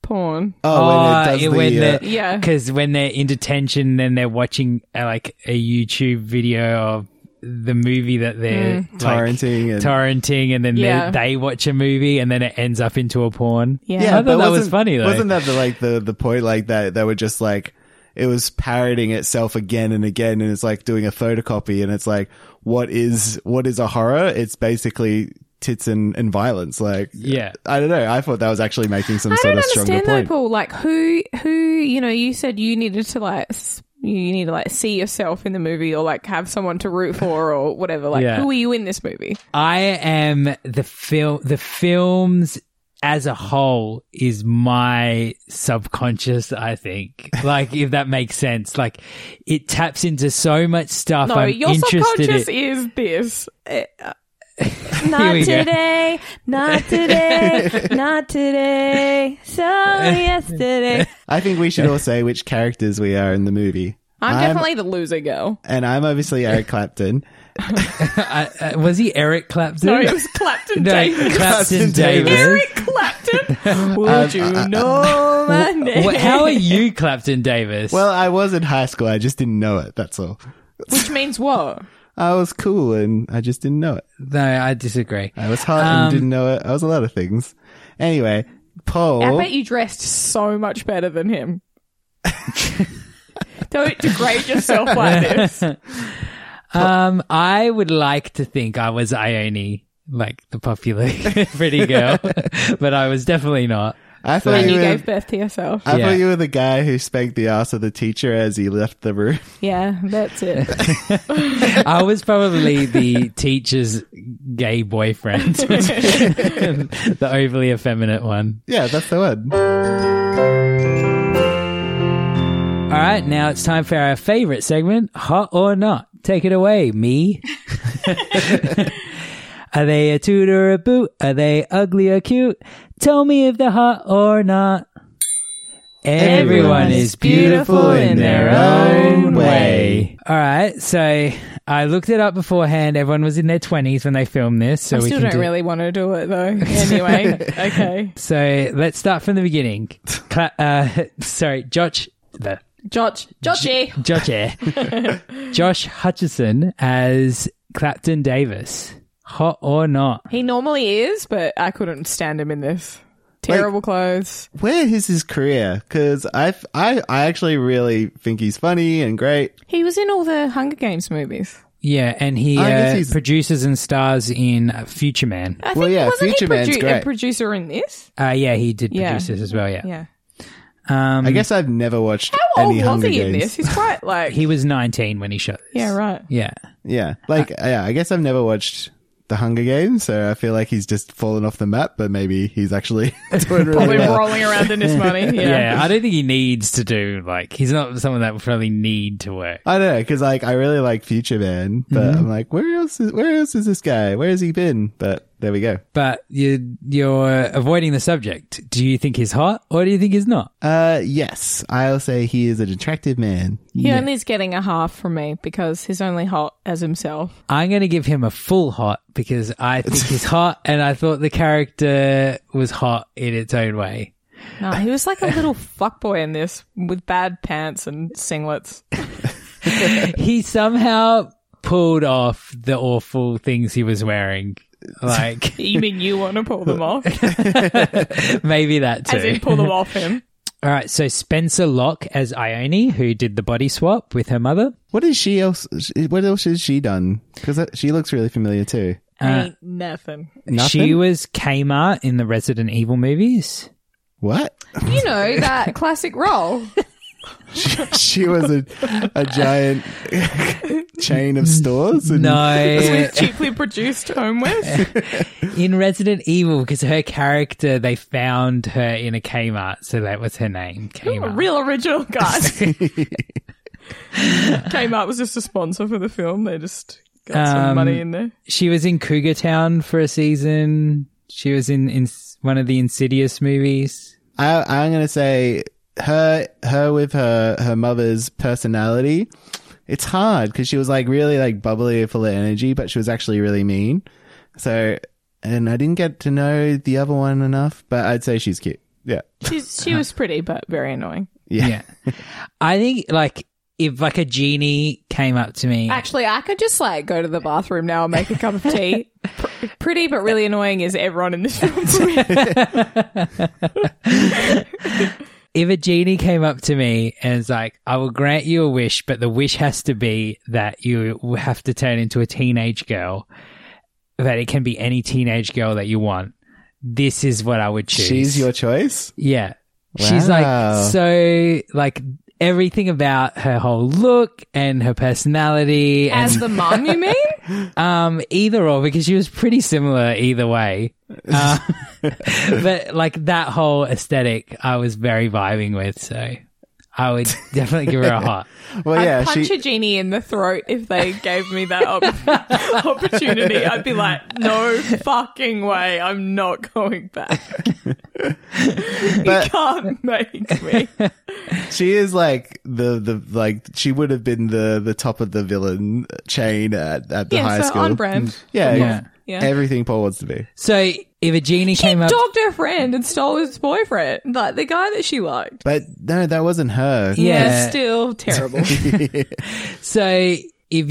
[SPEAKER 5] porn.
[SPEAKER 4] Oh,
[SPEAKER 6] when it does
[SPEAKER 4] it-
[SPEAKER 6] the,
[SPEAKER 4] when
[SPEAKER 6] uh,
[SPEAKER 4] they're,
[SPEAKER 5] Yeah.
[SPEAKER 4] because when they're in detention, then they're watching uh, like a YouTube video of the movie that they're like,
[SPEAKER 6] Torrenting and-
[SPEAKER 4] torrenting, and then they-
[SPEAKER 5] Mm. Yeah.
[SPEAKER 4] they watch a movie, and then it ends up into a porn.
[SPEAKER 5] Yeah.
[SPEAKER 4] I thought
[SPEAKER 6] but
[SPEAKER 4] that was
[SPEAKER 6] wasn't-
[SPEAKER 4] funny though.
[SPEAKER 6] Wasn't that the, like the the point? Like that they were just like it was parroting itself again and again, and it's like doing a photocopy, and it's like what is what is a horror? It's basically tits and, and violence. Like
[SPEAKER 4] Yeah.
[SPEAKER 6] I don't know. I thought that was actually making some
[SPEAKER 5] I
[SPEAKER 6] sort
[SPEAKER 5] don't
[SPEAKER 6] of stronger
[SPEAKER 5] understand though,
[SPEAKER 6] point.
[SPEAKER 5] Paul. Like who, who you know, you said you needed to like s- you need to like see yourself in the movie or like have someone to root for or whatever. Like
[SPEAKER 4] Yeah.
[SPEAKER 5] who are you in this movie?
[SPEAKER 4] I am the film. The films as a whole is my subconscious. I think, like if that makes sense, like it taps into so much stuff.
[SPEAKER 5] No,
[SPEAKER 4] I'm
[SPEAKER 5] your
[SPEAKER 4] interested
[SPEAKER 5] subconscious
[SPEAKER 4] in.
[SPEAKER 5] is this.
[SPEAKER 4] Here
[SPEAKER 2] Not
[SPEAKER 4] we go.
[SPEAKER 2] today, not today, not today. So yesterday.
[SPEAKER 6] I think we should all say which characters we are in the movie.
[SPEAKER 5] I'm definitely the loser girl.
[SPEAKER 6] and I'm obviously Eric Clapton.
[SPEAKER 4] I, I, Uh, was he Eric Clapton?
[SPEAKER 5] No, it was Clapton
[SPEAKER 4] No,
[SPEAKER 5] Davis.
[SPEAKER 4] Clapton Um, uh,
[SPEAKER 6] Clapton
[SPEAKER 4] Davis.
[SPEAKER 5] Eric Clapton. Would you know my name?
[SPEAKER 4] Wha- how are you, Clapton Davis?
[SPEAKER 6] Well, I was in high school. I just didn't know it. That's all.
[SPEAKER 5] Which means what?
[SPEAKER 6] I was cool and I just didn't know it.
[SPEAKER 4] no, I disagree.
[SPEAKER 6] I was hot and didn't know it. I was a lot of things. Anyway,
[SPEAKER 5] I
[SPEAKER 6] Paul.
[SPEAKER 5] bet you dressed so much better than him. Don't degrade yourself like this.
[SPEAKER 4] Um, I would like to think I was Ione, like the popular pretty girl, but I was definitely not.
[SPEAKER 6] I thought
[SPEAKER 5] And
[SPEAKER 6] you
[SPEAKER 5] you
[SPEAKER 6] were.
[SPEAKER 5] gave birth to yourself.
[SPEAKER 6] I
[SPEAKER 4] Yeah.
[SPEAKER 6] thought you were the guy who spanked the ass of the teacher as he left the room.
[SPEAKER 5] Yeah, that's it.
[SPEAKER 4] I was probably the teacher's gay boyfriend, the overly effeminate one.
[SPEAKER 6] Yeah, that's the one.
[SPEAKER 4] All right, now it's time for our favorite segment, hot or not. Take it away, me. Are they a toot or a boot? Are they ugly or cute? Tell me if they're hot or not. Everyone is beautiful in their own way. All right, so I looked it up beforehand. Everyone was in their 20s when they filmed this, so
[SPEAKER 5] I
[SPEAKER 4] we
[SPEAKER 5] still
[SPEAKER 4] can
[SPEAKER 5] don't
[SPEAKER 4] do-
[SPEAKER 5] really want to do it though. Anyway, okay.
[SPEAKER 4] So let's start from the beginning. Cla- uh, sorry, Josh. The
[SPEAKER 5] Josh, Joshy.
[SPEAKER 4] Josh, eh? Josh Hutcherson as Clapton Davis. Hot or not?
[SPEAKER 5] He normally is, but I couldn't stand him in this. Terrible clothes.
[SPEAKER 6] Where is his career? Because I, I, I actually really think he's funny and great.
[SPEAKER 5] He was in all the Hunger Games movies.
[SPEAKER 4] Yeah, and he
[SPEAKER 6] I guess
[SPEAKER 4] uh,
[SPEAKER 6] he's-
[SPEAKER 4] produces and stars in uh, Future Man.
[SPEAKER 5] I
[SPEAKER 6] Well,
[SPEAKER 5] think
[SPEAKER 6] yeah,
[SPEAKER 5] wasn't
[SPEAKER 6] Future
[SPEAKER 5] he produ-
[SPEAKER 6] Man's great.
[SPEAKER 5] a producer in this?
[SPEAKER 4] Uh, yeah, he did
[SPEAKER 5] Yeah.
[SPEAKER 4] produce this as well. Yeah,
[SPEAKER 5] Yeah.
[SPEAKER 4] Um,
[SPEAKER 6] I guess I've never watched
[SPEAKER 5] How old
[SPEAKER 6] any
[SPEAKER 5] was
[SPEAKER 6] Hunger
[SPEAKER 5] he in
[SPEAKER 6] Games.
[SPEAKER 5] this? He's quite like
[SPEAKER 4] he was 19 when he shot this.
[SPEAKER 5] Yeah, right.
[SPEAKER 4] Yeah,
[SPEAKER 6] Yeah, like
[SPEAKER 5] Uh,
[SPEAKER 6] yeah, I guess I've never watched the Hunger Games, so I feel like he's just fallen off the map. But maybe he's actually doing really
[SPEAKER 5] Probably
[SPEAKER 6] well.
[SPEAKER 5] rolling around in his money.
[SPEAKER 4] yeah. I don't think he needs to do like he's not someone that would probably need to work.
[SPEAKER 6] I don't know because like I really like Future Man, but I'm like, where else is where else is this guy? Where has he been? But there we go.
[SPEAKER 4] But you you're avoiding the subject. Do you think he's hot or do you think he's not?
[SPEAKER 6] Uh, yes, I'll say he is an attractive man.
[SPEAKER 5] He only is getting a half from me because he's only hot as himself.
[SPEAKER 4] I'm going to give him a full hot because I think he's hot and I thought the character was hot in its own way.
[SPEAKER 5] No, he was like a little fuckboy in this with bad pants and singlets.
[SPEAKER 4] He somehow pulled off the awful things he was wearing. Like
[SPEAKER 5] You mean you want to pull them off?
[SPEAKER 4] maybe that too.
[SPEAKER 5] As in pull them off him.
[SPEAKER 4] All right, so Spencer Locke as Ione who did the body swap with her mother.
[SPEAKER 6] What is she else? What else has she done? Because she looks really familiar too.
[SPEAKER 5] Ain't nothing.
[SPEAKER 6] Nothing?
[SPEAKER 4] She was Kmart in the Resident Evil movies.
[SPEAKER 6] What?
[SPEAKER 5] You know that classic role.
[SPEAKER 6] She, she was a, a giant chain of stores. And
[SPEAKER 4] No,
[SPEAKER 5] cheaply produced homeless.
[SPEAKER 4] in Resident Evil, because her character, they found her in a Kmart, so that was her name.
[SPEAKER 5] A
[SPEAKER 4] Kmart.
[SPEAKER 5] real original guy. Kmart was just a sponsor for the film. They just got
[SPEAKER 4] Um,
[SPEAKER 5] some money in there.
[SPEAKER 4] She was in Cougar Town for a season. She was in, in one of the Insidious movies.
[SPEAKER 6] I, I'm going to say her her with her her mother's personality. It's hard because she was like really like bubbly and full of energy, but she was actually really mean. So, and I didn't get to know the other one enough, but I'd say she's cute. Yeah,
[SPEAKER 5] She's, she was pretty, but very annoying.
[SPEAKER 6] yeah.
[SPEAKER 4] I think, like, if like a genie came up to me,
[SPEAKER 5] Actually, I could just like go to the bathroom now and make a cup of tea. Pr- pretty, but really annoying is everyone in this film. to me.
[SPEAKER 4] if a genie came up to me and was like, I will grant you a wish, but the wish has to be that you will have to turn into a teenage girl, that it can be any teenage girl that you want. This is what I would choose.
[SPEAKER 6] She's your choice.
[SPEAKER 4] Yeah. She's like
[SPEAKER 6] Wow.
[SPEAKER 4] so like everything about her whole look and her personality and
[SPEAKER 5] As the mom, you mean?
[SPEAKER 4] um either or because she was pretty similar either way. Uh, but like that whole aesthetic I was very vibing with, so I would definitely give her a hot.
[SPEAKER 6] Well,
[SPEAKER 5] I'd
[SPEAKER 6] yeah,
[SPEAKER 5] punch
[SPEAKER 6] she.
[SPEAKER 5] a genie in the throat if they gave me that op- opportunity. I'd be like, no fucking way. I'm not going back. you can't make me.
[SPEAKER 6] She is like the the like she would have been the the top of the villain chain at, at the high
[SPEAKER 5] yeah, so
[SPEAKER 6] school.
[SPEAKER 5] on brand.
[SPEAKER 6] Yeah,
[SPEAKER 4] Yeah.
[SPEAKER 5] Yeah.
[SPEAKER 6] Everything Paul wants to be.
[SPEAKER 4] So if a genie
[SPEAKER 5] She
[SPEAKER 4] came up
[SPEAKER 5] dogged her friend and stole his boyfriend, like the guy that she liked.
[SPEAKER 6] But no, that wasn't her.
[SPEAKER 4] Yeah.
[SPEAKER 5] It's still terrible.
[SPEAKER 4] so if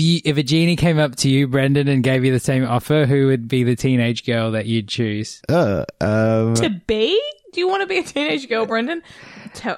[SPEAKER 4] you if a genie came up to you, Brendan, and gave you the same offer, who would be the teenage girl that you'd choose?
[SPEAKER 6] Uh, um,
[SPEAKER 5] to be? Do you want to be a teenage girl, Brendan? Tell-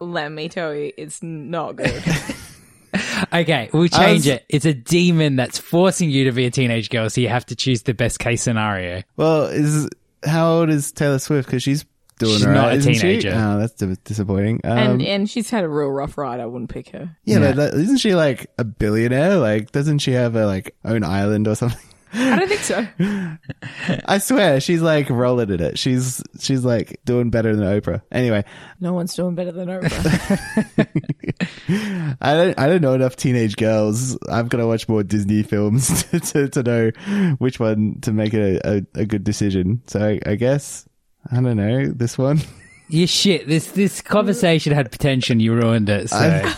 [SPEAKER 5] Let me tell you, it's not good.
[SPEAKER 4] Okay, we'll
[SPEAKER 6] I
[SPEAKER 4] change
[SPEAKER 6] was-
[SPEAKER 4] it. It's a demon that's forcing you to be a teenage girl, so you have to choose the best case scenario.
[SPEAKER 6] Well, is how old is Taylor Swift? Because she's doing
[SPEAKER 4] She's
[SPEAKER 6] all right,
[SPEAKER 4] not a
[SPEAKER 6] isn't she?
[SPEAKER 4] teenager.
[SPEAKER 6] Oh, that's di- disappointing. Um,
[SPEAKER 5] and and she's had a real rough ride. I wouldn't pick her.
[SPEAKER 6] yeah, but that- isn't she like a billionaire? Like, doesn't she have a like own island or something?
[SPEAKER 5] I don't think so.
[SPEAKER 6] I swear, she's like rolling at it. She's she's like doing better than Oprah. Anyway,
[SPEAKER 5] No one's doing better than Oprah.
[SPEAKER 6] I don't I don't know enough teenage girls. I've got to watch more Disney films to, to, to know which one to make a, a, a good decision. So I, I guess I don't know this one.
[SPEAKER 4] You shit. This this conversation had potential. You ruined it. So.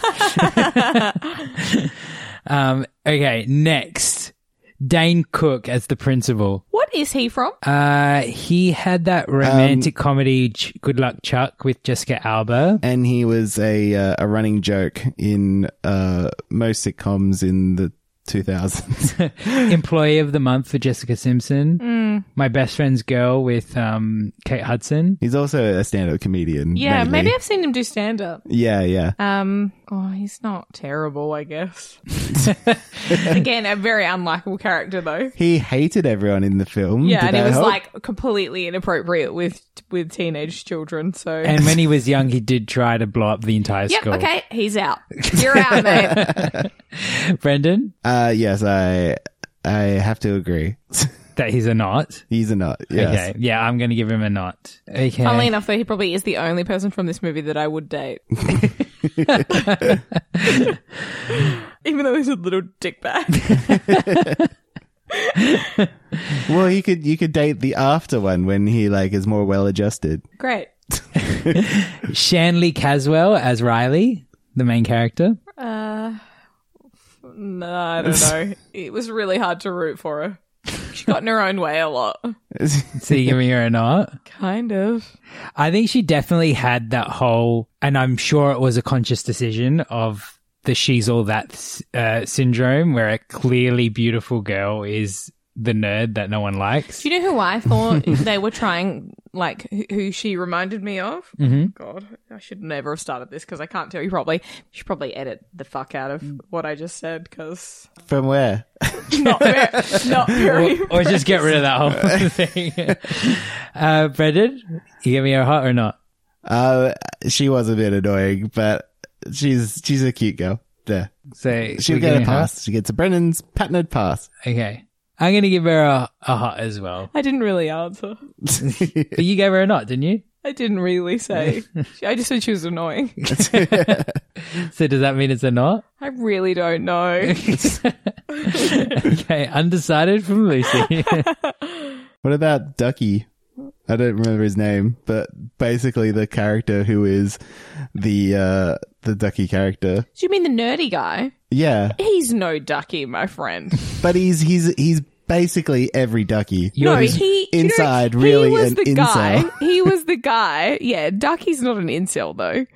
[SPEAKER 4] um. Okay. Next, Dane Cook as the principal.
[SPEAKER 5] what is he from?
[SPEAKER 4] Uh, he had that romantic comedy Ch- "Good Luck Chuck" with Jessica Alba.
[SPEAKER 6] and he was a uh, a running joke in uh, most sitcoms in the 2000s.
[SPEAKER 4] Employee of the month for Jessica Simpson.
[SPEAKER 5] Mm.
[SPEAKER 4] My best friend's girl with um Kate Hudson.
[SPEAKER 6] He's also a stand-up comedian.
[SPEAKER 5] Yeah,
[SPEAKER 6] mainly.
[SPEAKER 5] maybe I've seen him do stand up.
[SPEAKER 6] yeah, yeah.
[SPEAKER 5] Um, oh, he's not terrible, I guess. Again, a very unlikable character though.
[SPEAKER 6] He hated everyone in the film.
[SPEAKER 5] Yeah,
[SPEAKER 6] Mm, Did
[SPEAKER 5] and he
[SPEAKER 6] that
[SPEAKER 5] was
[SPEAKER 6] help?
[SPEAKER 5] like completely inappropriate with with teenage children. So
[SPEAKER 4] And when he was young, he did try to blow up the entire
[SPEAKER 5] yep,
[SPEAKER 4] school.
[SPEAKER 5] okay, he's out. You're out, mate.
[SPEAKER 4] Brendan,
[SPEAKER 6] uh, yes, I I have to agree.
[SPEAKER 4] that he's a not.
[SPEAKER 6] He's a nut. Yes.
[SPEAKER 4] Okay, yeah, I'm going to give him a not. Okay,
[SPEAKER 5] Funnily enough, though, he probably is the only person from this movie that I would date. Even though he's a little dickbag.
[SPEAKER 6] Well, you could you could date the after one when he like is more well adjusted.
[SPEAKER 5] Great.
[SPEAKER 4] Shanley Caswell as Riley, the main character.
[SPEAKER 5] No, I don't know. It was really hard to root for her. she got in her own way a lot.
[SPEAKER 4] seeing me or not.
[SPEAKER 5] Kind of.
[SPEAKER 4] I think she definitely had that whole, and I'm sure it was a conscious decision of the she's all that uh, syndrome, where a clearly beautiful girl is the nerd that no one likes.
[SPEAKER 5] Do you know who I thought they were trying, like, who- who she reminded me of? God, I should never have started this because I can't tell you probably. should probably edit the fuck out of what I just said because
[SPEAKER 6] From where?
[SPEAKER 5] not very, not very.
[SPEAKER 4] or just get rid of that whole thing. uh, Brendan, you give me a hot or not?
[SPEAKER 6] Uh, she was a bit annoying, but she's she's a cute girl. There,
[SPEAKER 4] So
[SPEAKER 6] she'll
[SPEAKER 4] we
[SPEAKER 6] get
[SPEAKER 4] giving
[SPEAKER 6] a
[SPEAKER 4] her-
[SPEAKER 6] pass. She gets a Brennan's patented pass.
[SPEAKER 4] Okay. I'm going to give her a, a hot as well.
[SPEAKER 5] I didn't really answer.
[SPEAKER 4] But you gave her a not, didn't you?
[SPEAKER 5] I didn't really say. I just said she was annoying.
[SPEAKER 4] So does that mean it's a not?
[SPEAKER 5] I really don't know.
[SPEAKER 4] Okay, undecided from Lucy.
[SPEAKER 6] What about Ducky? I don't remember his name, but basically the character who is the uh the Ducky character.
[SPEAKER 5] Do you mean the nerdy guy?
[SPEAKER 6] Yeah,
[SPEAKER 5] He's no ducky, my friend.
[SPEAKER 6] but he's he's he's basically every Ducky.
[SPEAKER 4] You're
[SPEAKER 5] no,
[SPEAKER 4] his
[SPEAKER 5] he you know,
[SPEAKER 6] inside, really
[SPEAKER 5] He was
[SPEAKER 6] an
[SPEAKER 5] the
[SPEAKER 6] incel.
[SPEAKER 5] guy. He was the guy. Yeah, Ducky's not an incel though.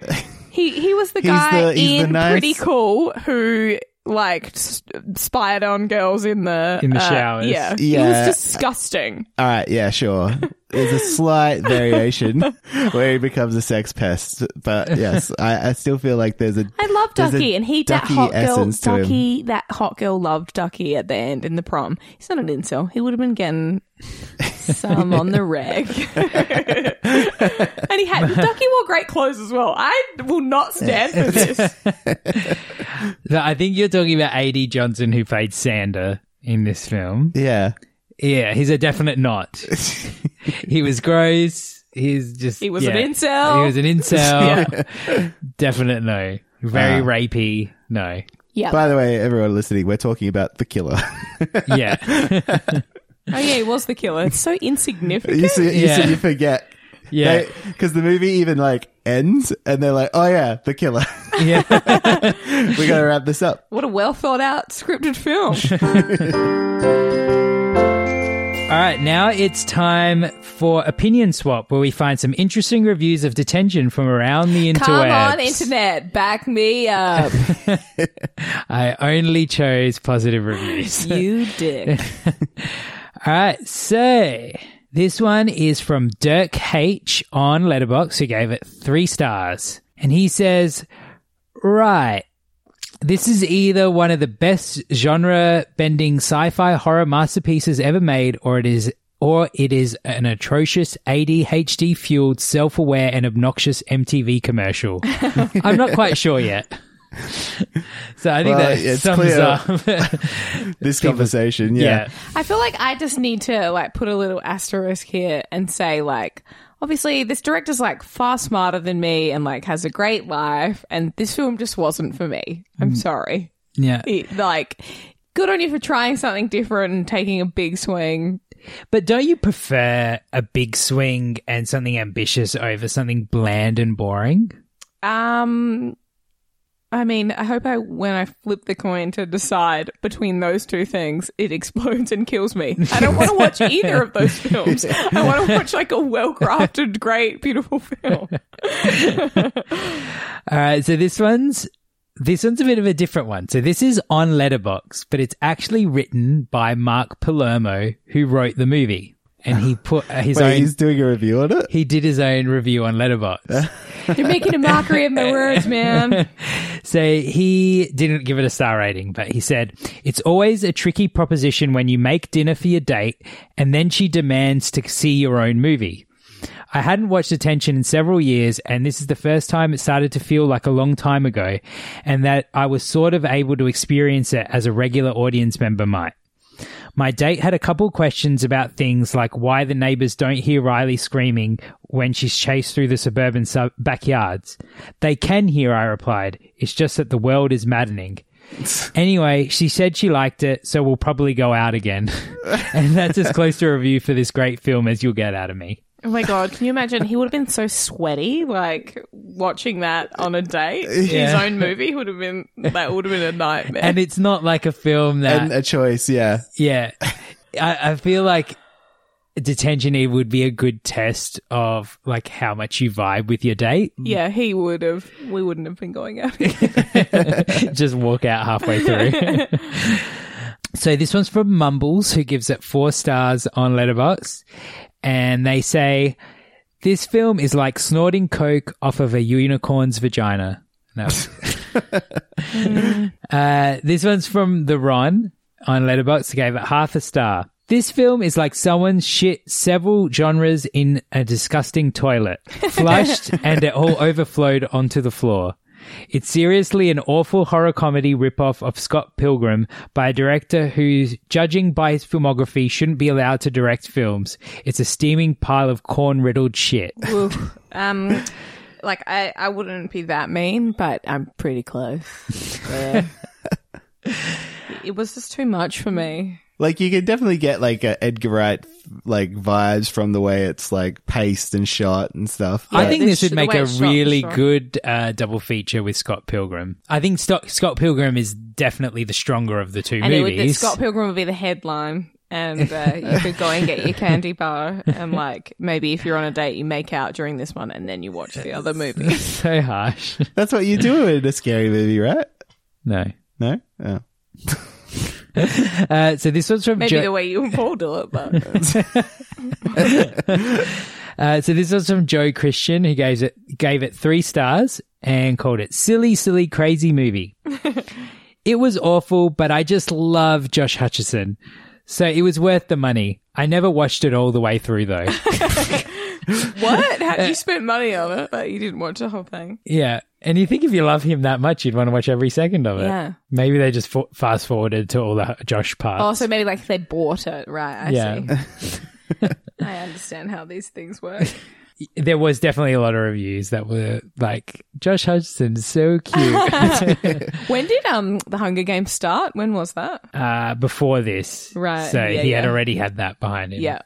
[SPEAKER 5] He he was the
[SPEAKER 6] He's
[SPEAKER 5] guy
[SPEAKER 6] the- he's the
[SPEAKER 5] in
[SPEAKER 6] nice-
[SPEAKER 5] Pretty Cool who like s- spied on girls in the
[SPEAKER 4] In the
[SPEAKER 5] uh,
[SPEAKER 4] showers.
[SPEAKER 5] yeah, he
[SPEAKER 6] Yeah.
[SPEAKER 5] was disgusting.
[SPEAKER 6] All right, yeah, sure. There's a slight variation where he becomes a sex pest, but yes, I, I still feel like there's a
[SPEAKER 5] I love
[SPEAKER 6] There's a
[SPEAKER 5] Ducky, and he that
[SPEAKER 6] Ducky
[SPEAKER 5] hot girl.
[SPEAKER 6] essence to him.
[SPEAKER 5] Ducky, that hot girl loved Ducky at the end in the prom. He's not an incel. He would have been getting some on the reg. and he had Ducky wore great clothes as well. I will not stand for this.
[SPEAKER 4] So I think you're talking about A.D. Johnson, who played Sander in this film.
[SPEAKER 6] yeah.
[SPEAKER 4] Yeah, he's a definite not. he was gross. He's just.
[SPEAKER 5] He was
[SPEAKER 4] yeah.
[SPEAKER 5] an incel.
[SPEAKER 4] He was an incel. Definite no. Very rapey. No.
[SPEAKER 5] Yeah.
[SPEAKER 6] By the way, everyone listening, we're talking about the killer.
[SPEAKER 4] Yeah.
[SPEAKER 5] oh yeah, he was the killer. It's so insignificant.
[SPEAKER 6] you see, you,
[SPEAKER 4] Yeah.
[SPEAKER 6] see, you forget.
[SPEAKER 4] Yeah.
[SPEAKER 6] Because the movie even like ends and they're like, oh yeah, the killer.
[SPEAKER 4] yeah.
[SPEAKER 6] we got to wrap this up.
[SPEAKER 5] What a well thought out scripted film.
[SPEAKER 4] All right, now it's time for Opinion Swap, where we find some interesting reviews of detention from around the interwebs.
[SPEAKER 5] Come on, internet, back me up.
[SPEAKER 4] I only chose positive reviews.
[SPEAKER 5] you dick.
[SPEAKER 4] All right, so this one is from Dirk H on Letterbox, who gave it three stars, and he says, "Right, this is either one of the best genre-bending sci-fi horror masterpieces ever made, or it is." Or it is an atrocious ADHD fueled, self aware, and obnoxious MTV commercial. I'm not quite sure yet. So I think
[SPEAKER 6] Well,
[SPEAKER 4] that
[SPEAKER 6] it's
[SPEAKER 4] sums
[SPEAKER 6] clear.
[SPEAKER 4] up.
[SPEAKER 6] This conversation, yeah.
[SPEAKER 5] I feel like I just need to like put a little asterisk here and say like obviously this director's like far smarter than me and like has a great life and this film just wasn't for me. I'm sorry.
[SPEAKER 4] Yeah.
[SPEAKER 5] It- like good on you for trying something different and taking a big swing.
[SPEAKER 4] But don't you prefer a big swing and something ambitious over something bland and boring?
[SPEAKER 5] Um I mean, I hope I when I flip the coin to decide between those two things, it explodes and kills me. I don't want to watch either of those films. I want to watch like a well-crafted, great, beautiful film.
[SPEAKER 4] All right, so this one's this one's a bit of a different one. So this is on Letterbox, but it's actually written by Mark Palermo, who wrote the movie, and he put uh, his
[SPEAKER 6] Wait,
[SPEAKER 4] own.
[SPEAKER 6] he's doing a review on it?
[SPEAKER 4] He did his own review on Letterbox.
[SPEAKER 5] You're making a mockery of my words, man.
[SPEAKER 4] So he didn't give it a star rating, but he said, It's always a tricky proposition when you make dinner for your date and then she demands to see your own movie. I hadn't watched Attention in several years, and this is the first time it started to feel like a long time ago, and that I was sort of able to experience it as a regular audience member might. My date had a couple questions about things like why the neighbors don't hear Riley screaming when she's chased through the suburban sub- backyards. They can hear, I replied. It's just that the world is maddening. anyway, she said she liked it, so we'll probably go out again. and that's as close to a review for this great film as you'll get out of me.
[SPEAKER 5] Oh my god, can you imagine? He would have been so sweaty, like watching that on a date. His own movie would have been that would have been a nightmare.
[SPEAKER 4] Uh,
[SPEAKER 6] uh,
[SPEAKER 4] And it's not like a film that,
[SPEAKER 6] And a choice, yeah.
[SPEAKER 4] yeah. I, I feel like detention Eve would be a good test of like how much you vibe with your date.
[SPEAKER 5] Yeah, he would have. We wouldn't have been going out. Again.
[SPEAKER 4] Just walk out halfway through. so this one's from Mumbles, who gives it four stars on Letterbox, and they say this film is like snorting coke off of a unicorn's vagina. No. uh, this one's from The Ron on Letterboxd. who Gave it half a star. This film is like someone shit several genres in a disgusting toilet, flushed, and it all overflowed onto the floor. It's seriously an awful horror comedy ripoff of Scott Pilgrim by a director who, judging by his filmography, shouldn't be allowed to direct films. It's a steaming pile of corn riddled shit.
[SPEAKER 5] Oof. Um, like I, I wouldn't be that mean, but I'm pretty close. Yeah. it was just too much for me.
[SPEAKER 6] Like you could definitely get like a Edgar Wright like vibes from the way it's like paced and shot and stuff.
[SPEAKER 4] I
[SPEAKER 6] but-
[SPEAKER 4] think
[SPEAKER 5] the
[SPEAKER 4] this
[SPEAKER 5] sh-
[SPEAKER 4] would
[SPEAKER 5] the
[SPEAKER 4] make
[SPEAKER 5] way
[SPEAKER 4] a
[SPEAKER 5] it's shot,
[SPEAKER 4] really
[SPEAKER 5] sure.
[SPEAKER 4] good uh, double feature with Scott Pilgrim. I think Sto- Scott Pilgrim is definitely the stronger of the two
[SPEAKER 5] And it would,
[SPEAKER 4] movies.
[SPEAKER 5] Scott Pilgrim would be the headline, and uh, you could go and get your candy bar, and like maybe if you're on a date, you make out during this one, and then you watch the other movie.
[SPEAKER 4] so harsh.
[SPEAKER 6] that's what you do in a scary movie, right?
[SPEAKER 4] No.
[SPEAKER 6] No, oh.
[SPEAKER 4] Uh, so this one's from
[SPEAKER 5] Maybe
[SPEAKER 4] Jo-
[SPEAKER 5] the way you and Paul do it, but
[SPEAKER 4] Uh, so this was from Joe Christian, who gave it gave it three stars and called it silly, silly, crazy movie. it was awful, but I just love Josh Hutcherson, so it was worth the money. I never watched it all the way through though.
[SPEAKER 5] what? How, you spent money on it, but you didn't watch the whole thing.
[SPEAKER 4] yeah, and you think if you love him that much, you'd want to watch every second of it.
[SPEAKER 5] Yeah.
[SPEAKER 4] Maybe they just fo- fast forwarded to all the Josh parts.
[SPEAKER 5] Also, Oh, maybe like they bought it, right? I see.
[SPEAKER 4] yeah,
[SPEAKER 5] I understand how these things work.
[SPEAKER 4] there was definitely a lot of reviews that were like, "Josh Hutcherson's so cute."
[SPEAKER 5] when did um the Hunger Games start? When was that?
[SPEAKER 4] uh, before this,
[SPEAKER 5] Right,
[SPEAKER 4] So
[SPEAKER 5] yeah,
[SPEAKER 4] he had
[SPEAKER 5] yeah.
[SPEAKER 4] already had that behind him.
[SPEAKER 5] Yeah,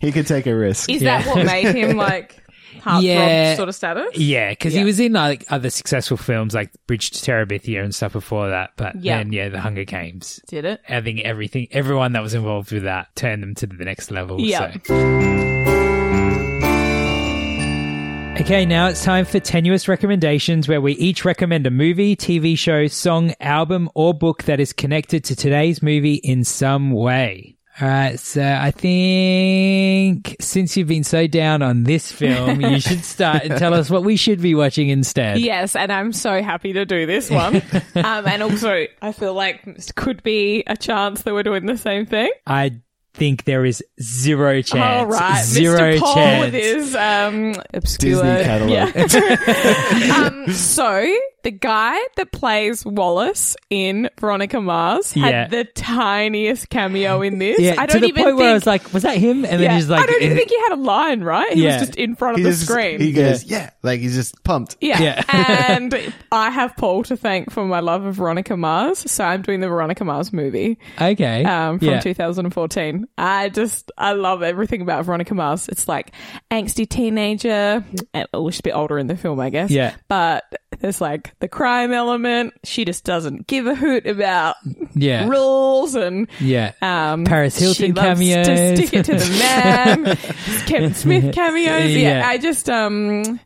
[SPEAKER 6] he could take a risk.
[SPEAKER 5] is that what made him like heartthrob
[SPEAKER 4] Yeah.
[SPEAKER 5] sort of status?
[SPEAKER 4] Yeah, because he
[SPEAKER 5] Yeah.
[SPEAKER 4] was in like other successful films like Bridge to Terabithia and stuff before that. But
[SPEAKER 5] Yeah.
[SPEAKER 4] then, yeah, The Hunger Games.
[SPEAKER 5] Did it?
[SPEAKER 4] I think everything, everyone that was involved with that turned them to the next level.
[SPEAKER 5] Yeah.
[SPEAKER 4] So. Okay, now it's time for tenuous recommendations where we each recommend a movie, TV show, song, album, or book that is connected to today's movie in some way. All right, so I think since you've been so down on this film, you should start and tell us what we should be watching instead.
[SPEAKER 5] Yes, and I'm so happy to do this one. um, and also, I feel like this could be a chance that we're doing the same thing.
[SPEAKER 4] I think there is zero chance.
[SPEAKER 5] All right,
[SPEAKER 4] zero
[SPEAKER 5] Mr. Paul
[SPEAKER 4] chance.
[SPEAKER 5] with his um, obscure
[SPEAKER 6] Disney catalog.
[SPEAKER 5] um, so the guy that plays Wallace in Veronica Mars had
[SPEAKER 4] Yeah.
[SPEAKER 5] the tiniest cameo in this.
[SPEAKER 4] Yeah,
[SPEAKER 5] I
[SPEAKER 4] to
[SPEAKER 5] don't
[SPEAKER 4] the
[SPEAKER 5] even
[SPEAKER 4] point
[SPEAKER 5] think,
[SPEAKER 4] where I was like, "Was that him?" And then
[SPEAKER 5] yeah,
[SPEAKER 4] he's like,
[SPEAKER 5] I don't even
[SPEAKER 4] "Eh."
[SPEAKER 5] think he had a line, right? He
[SPEAKER 4] Yeah.
[SPEAKER 5] was just in front of
[SPEAKER 6] He
[SPEAKER 5] the
[SPEAKER 6] just-
[SPEAKER 5] screen.
[SPEAKER 6] He goes, yeah. like he's just pumped.
[SPEAKER 5] yeah.
[SPEAKER 4] Yeah.
[SPEAKER 5] and I have Paul to thank for my love of Veronica Mars. So I'm doing the Veronica Mars movie
[SPEAKER 4] "Okay,
[SPEAKER 5] um, from
[SPEAKER 4] yeah.
[SPEAKER 5] 2014. I just, I love everything about Veronica Mars. It's like angsty teenager. And, oh, she's a bit older in the film, I guess.
[SPEAKER 4] Yeah.
[SPEAKER 5] But there's like the crime element. She just doesn't give a hoot about
[SPEAKER 4] yeah,
[SPEAKER 5] rules and.
[SPEAKER 4] yeah."
[SPEAKER 5] Um,
[SPEAKER 4] Paris Hilton
[SPEAKER 5] she loves
[SPEAKER 4] cameos.
[SPEAKER 5] to stick it to the man. Kevin Smith cameos. Yeah.
[SPEAKER 4] Yeah.
[SPEAKER 5] I just um,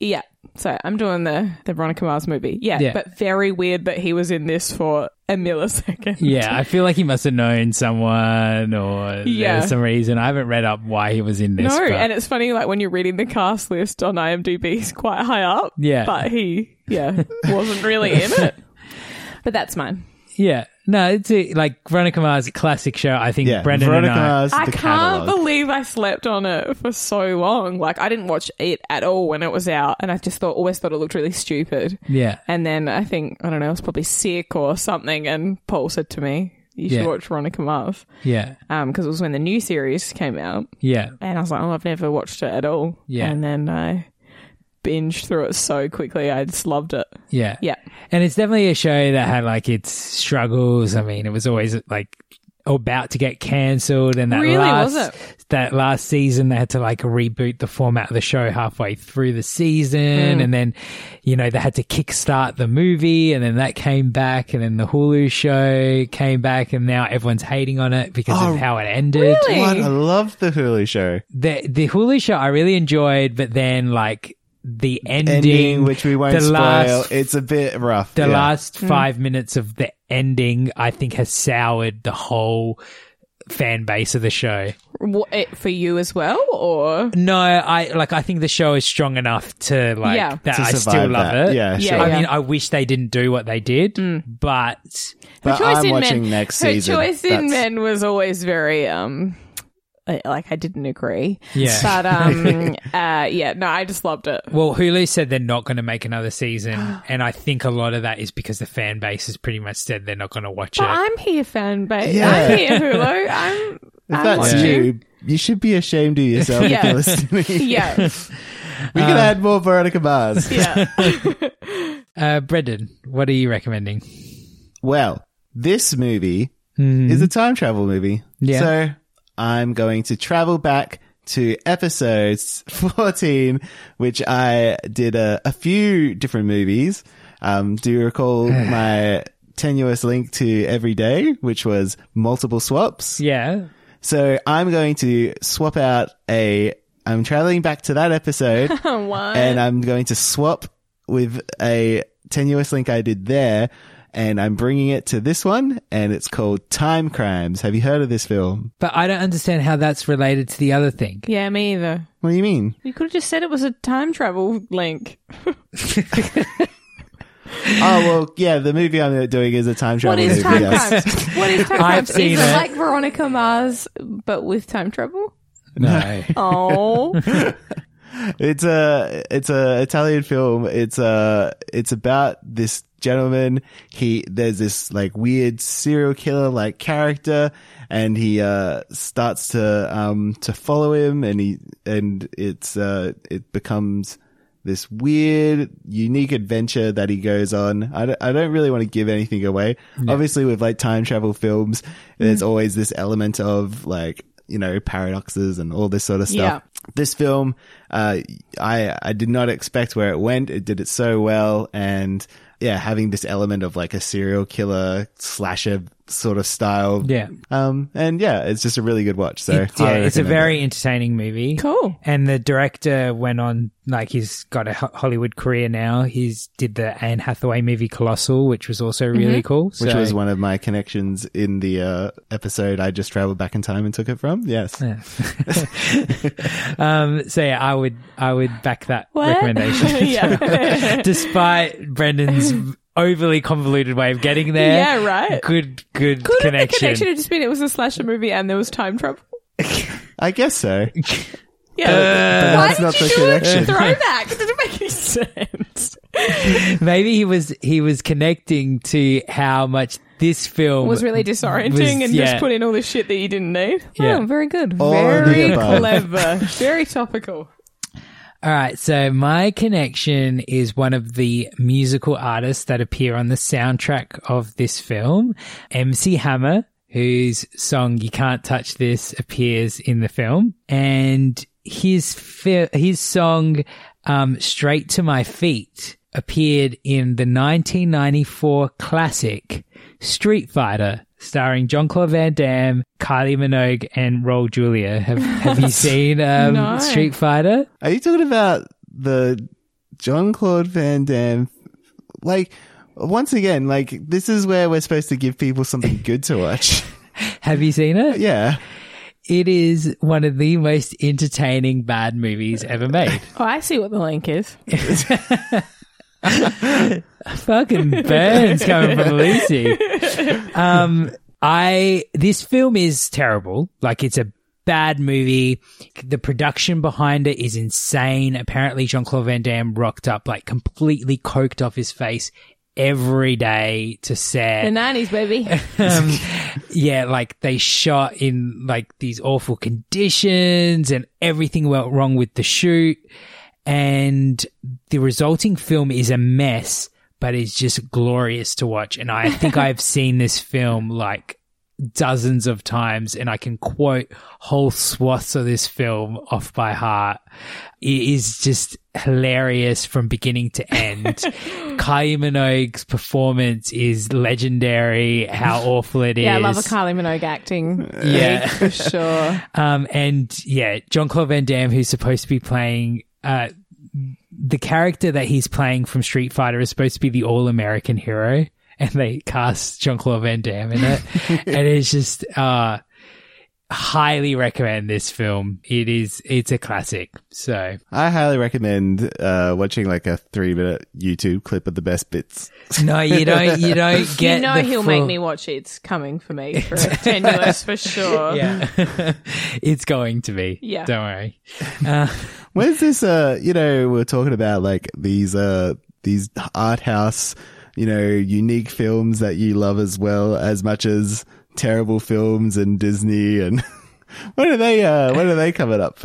[SPEAKER 5] yeah. So I'm doing the the Veronica Mars movie. Yeah,
[SPEAKER 4] Yeah.
[SPEAKER 5] but very weird that he was in this for a millisecond.
[SPEAKER 4] yeah, I feel like he must have known someone or yeah.
[SPEAKER 5] Yeah.
[SPEAKER 4] some reason. I haven't read up why he was in this.
[SPEAKER 5] No,
[SPEAKER 4] but-
[SPEAKER 5] and it's funny, like when you're reading the cast list on IMDb, he's quite high up.
[SPEAKER 4] Yeah.
[SPEAKER 5] But he, yeah, wasn't really in it. But that's mine.
[SPEAKER 4] yeah, no, it's a, like Veronica Mars classic show. I think
[SPEAKER 6] Yeah,
[SPEAKER 4] Brendan
[SPEAKER 6] Veronica
[SPEAKER 4] and I.
[SPEAKER 6] Mars,
[SPEAKER 5] I
[SPEAKER 6] the
[SPEAKER 5] can't
[SPEAKER 6] catalog.
[SPEAKER 5] believe I slept on it for so long. Like, I didn't watch it at all when it was out, and I just thought, always thought it looked really stupid.
[SPEAKER 4] Yeah,
[SPEAKER 5] And then I think, I don't know, I was probably sick or something, and Paul said to me, You should
[SPEAKER 4] Yeah.
[SPEAKER 5] watch Veronica Mars.
[SPEAKER 4] yeah,
[SPEAKER 5] Um, because it was when the new series came out.
[SPEAKER 4] yeah.
[SPEAKER 5] And I was like, oh, I've never watched it at all.
[SPEAKER 4] Yeah.
[SPEAKER 5] And then I binged through it so quickly. I just loved it.
[SPEAKER 4] Yeah.
[SPEAKER 5] Yeah.
[SPEAKER 4] And it's definitely a show that had like its struggles. I mean, it was always like about to get cancelled, and that
[SPEAKER 5] Really,
[SPEAKER 4] last
[SPEAKER 5] was it?
[SPEAKER 4] that last season they had to like reboot the format of the show halfway through the season,
[SPEAKER 6] Hmm.
[SPEAKER 4] and then you know they had to kickstart the movie, and then that came back, and then the Hulu show came back, and now everyone's hating on it because
[SPEAKER 6] Oh,
[SPEAKER 4] of how it ended
[SPEAKER 6] What? I love the Hulu show.
[SPEAKER 4] the the Hulu show I really enjoyed, but then like the ending,
[SPEAKER 6] Ending, which we won't
[SPEAKER 4] the
[SPEAKER 6] spoil.
[SPEAKER 4] Last,
[SPEAKER 6] it's a bit rough.
[SPEAKER 4] the
[SPEAKER 6] yeah.
[SPEAKER 4] last
[SPEAKER 5] Mm.
[SPEAKER 4] five minutes of the ending, I think, has soured the whole fan base of the show.
[SPEAKER 5] What, it, for you as well, or
[SPEAKER 4] No, I like. I think the show is strong enough to like
[SPEAKER 5] Yeah.
[SPEAKER 4] that.
[SPEAKER 6] To
[SPEAKER 4] I still
[SPEAKER 6] survive
[SPEAKER 4] love
[SPEAKER 6] that.
[SPEAKER 4] it.
[SPEAKER 6] Yeah,
[SPEAKER 5] Yeah, Mm.
[SPEAKER 4] I
[SPEAKER 5] sure.
[SPEAKER 4] mean,
[SPEAKER 5] yeah.
[SPEAKER 4] I wish they didn't do what they did, but
[SPEAKER 6] But
[SPEAKER 5] choice
[SPEAKER 6] I'm
[SPEAKER 5] in
[SPEAKER 6] watching
[SPEAKER 5] men,
[SPEAKER 6] next
[SPEAKER 5] her
[SPEAKER 6] season.
[SPEAKER 5] choice in
[SPEAKER 6] That's-
[SPEAKER 5] men was always very um, I- like I didn't agree.
[SPEAKER 4] Yeah.
[SPEAKER 5] but um, uh, yeah, no, I just loved it.
[SPEAKER 4] Well, Hulu said they're not going to make another season, and I think a lot of that is because the fan base has pretty much said they're not going to watch it.
[SPEAKER 5] But I'm here, fan base.
[SPEAKER 6] Yeah.
[SPEAKER 5] I'm here, Hulu. I'm.
[SPEAKER 6] If
[SPEAKER 5] I'm
[SPEAKER 6] that's
[SPEAKER 5] watching.
[SPEAKER 6] you, you should be ashamed of yourself if
[SPEAKER 5] Yeah.
[SPEAKER 6] you're listening.
[SPEAKER 5] Yeah,
[SPEAKER 6] We can add more Veronica Mars.
[SPEAKER 5] yeah.
[SPEAKER 4] Uh, Brendan, what are you recommending?
[SPEAKER 6] Well, this movie is a time travel movie.
[SPEAKER 4] Hmm. Yeah.
[SPEAKER 6] So I'm going to travel back to episodes 14, which I did a, a few different movies. Um, do you recall my tenuous link to Everyday, which was multiple swaps?
[SPEAKER 4] Yeah.
[SPEAKER 6] So I'm going to swap out a. I'm traveling back to that episode, and I'm going to swap with a tenuous link I did there, and I'm bringing it to this one, and it's called Time Crimes. Have you heard of this film?
[SPEAKER 4] But I don't understand how that's related to the other thing.
[SPEAKER 5] yeah, me either.
[SPEAKER 6] What do you mean?
[SPEAKER 5] You could have just said it was a time travel link.
[SPEAKER 6] oh well, yeah, the movie I'm doing is a time travel
[SPEAKER 5] What is
[SPEAKER 6] movie.
[SPEAKER 5] time
[SPEAKER 6] yes.
[SPEAKER 5] crimes? What is time
[SPEAKER 4] I've
[SPEAKER 5] crimes?
[SPEAKER 4] seen
[SPEAKER 5] Is
[SPEAKER 4] it.
[SPEAKER 5] it like Veronica Mars but with time travel?
[SPEAKER 4] No.
[SPEAKER 5] Oh,
[SPEAKER 6] It's a it's a Italian film. It's a it's about this gentleman. He there's this like weird serial killer like character, and he uh starts to um to follow him, and he and it's uh it becomes this weird unique adventure that he goes on. I don't, I don't really want to give anything away. Obviously, with like time travel films, there's always this element of like you know paradoxes and all this sort of stuff
[SPEAKER 5] Yeah.
[SPEAKER 6] this film, uh, I I did not expect where it went. It did it so well, and yeah, having this element of like a serial killer slasher sort of style.
[SPEAKER 4] Yeah.
[SPEAKER 6] Um, and yeah, it's just a really good watch. So
[SPEAKER 4] It- yeah,
[SPEAKER 6] highly
[SPEAKER 4] it's a
[SPEAKER 6] recommend
[SPEAKER 4] very entertaining movie.
[SPEAKER 5] cool.
[SPEAKER 4] And the director went on, like, he's got a Ho- Hollywood career now. He's did the Anne Hathaway movie Colossal, which was also
[SPEAKER 5] Mm-hmm.
[SPEAKER 4] really cool.
[SPEAKER 6] it, which
[SPEAKER 4] So-
[SPEAKER 6] was one of my connections in the uh, episode I just traveled back in time and took it from. Yes,
[SPEAKER 4] um, so yeah, I would, I would back that recommendation.
[SPEAKER 5] yeah.
[SPEAKER 4] Despite Brendan's overly convoluted way of getting there.
[SPEAKER 5] Yeah, right.
[SPEAKER 4] Good, good
[SPEAKER 5] Could have the
[SPEAKER 4] connection.
[SPEAKER 5] connection have just been it was a slasher movie and there was time travel?
[SPEAKER 6] I guess so.
[SPEAKER 5] Yeah.
[SPEAKER 6] But
[SPEAKER 5] Why
[SPEAKER 6] that's
[SPEAKER 5] did
[SPEAKER 6] not
[SPEAKER 5] you do
[SPEAKER 6] the
[SPEAKER 5] a
[SPEAKER 6] connection.
[SPEAKER 5] throwback? It doesn't make any sense.
[SPEAKER 4] Maybe he was he was connecting to how much this film
[SPEAKER 5] was really disorienting
[SPEAKER 4] was-
[SPEAKER 5] and
[SPEAKER 4] yeah.
[SPEAKER 5] just put in all the shit that you didn't need.
[SPEAKER 4] Yeah.
[SPEAKER 5] Oh, very good.
[SPEAKER 6] All of the
[SPEAKER 5] very
[SPEAKER 6] above.
[SPEAKER 5] clever. very topical.
[SPEAKER 4] All right, so my connection is one of the musical artists that appear on the soundtrack of this film, MC Hammer, whose song "You Can't Touch This" appears in the film, and his fi- his song um, "Straight to My Feet" appeared in the 1994 classic Street Fighter, starring John Claude Van Damme, Kylie Minogue, and Raul Julia. Have Have you seen um,
[SPEAKER 5] No.
[SPEAKER 4] Street Fighter?
[SPEAKER 6] Are you talking about the John Claude Van Damme? Like, once again, like this is where we're supposed to give people something good to watch.
[SPEAKER 4] Have you seen it?
[SPEAKER 6] yeah,
[SPEAKER 4] It is one of the most entertaining bad movies ever made.
[SPEAKER 5] Oh, I see what the link is.
[SPEAKER 4] Fucking burns coming from Lucy. Um, I this film is terrible. Like it's a bad movie. The production behind it is insane. Apparently, Jean Claude Van Damme rocked up like completely coked off his face every day to set.
[SPEAKER 5] The nineties, baby.
[SPEAKER 4] um, yeah, like they shot in like these awful conditions and everything went wrong with the shoot. And the resulting film is a mess, but it's just glorious to watch. And I think I've seen this film like dozens of times and I can quote whole swaths of this film off by heart. It is just hilarious from beginning to end. Kylie Minogue's performance is legendary, how awful it is.
[SPEAKER 5] Yeah, I love a Kylie Minogue acting. Yeah, for sure.
[SPEAKER 4] Um, and yeah, John Claude Van Damme, who's supposed to be playing, uh, the character that he's playing from Street Fighter is supposed to be the all American hero. And they cast John Claude Van Damme in it. and it's just, uh, highly recommend this film. It is, it's a classic. So
[SPEAKER 6] I highly recommend uh, watching like a three minute YouTube clip of the best bits.
[SPEAKER 4] no, you don't, you don't get
[SPEAKER 5] you know
[SPEAKER 4] the
[SPEAKER 5] he'll
[SPEAKER 4] full-
[SPEAKER 5] make me watch It's Coming for Me for Tenuous for sure.
[SPEAKER 4] Yeah. it's going to be.
[SPEAKER 5] Yeah.
[SPEAKER 4] Don't worry.
[SPEAKER 6] Where's this? Uh, you know, we are talking about like these uh these art house, you know, unique films that you love as well as much as terrible films and Disney and what are they? Uh, what are they coming up?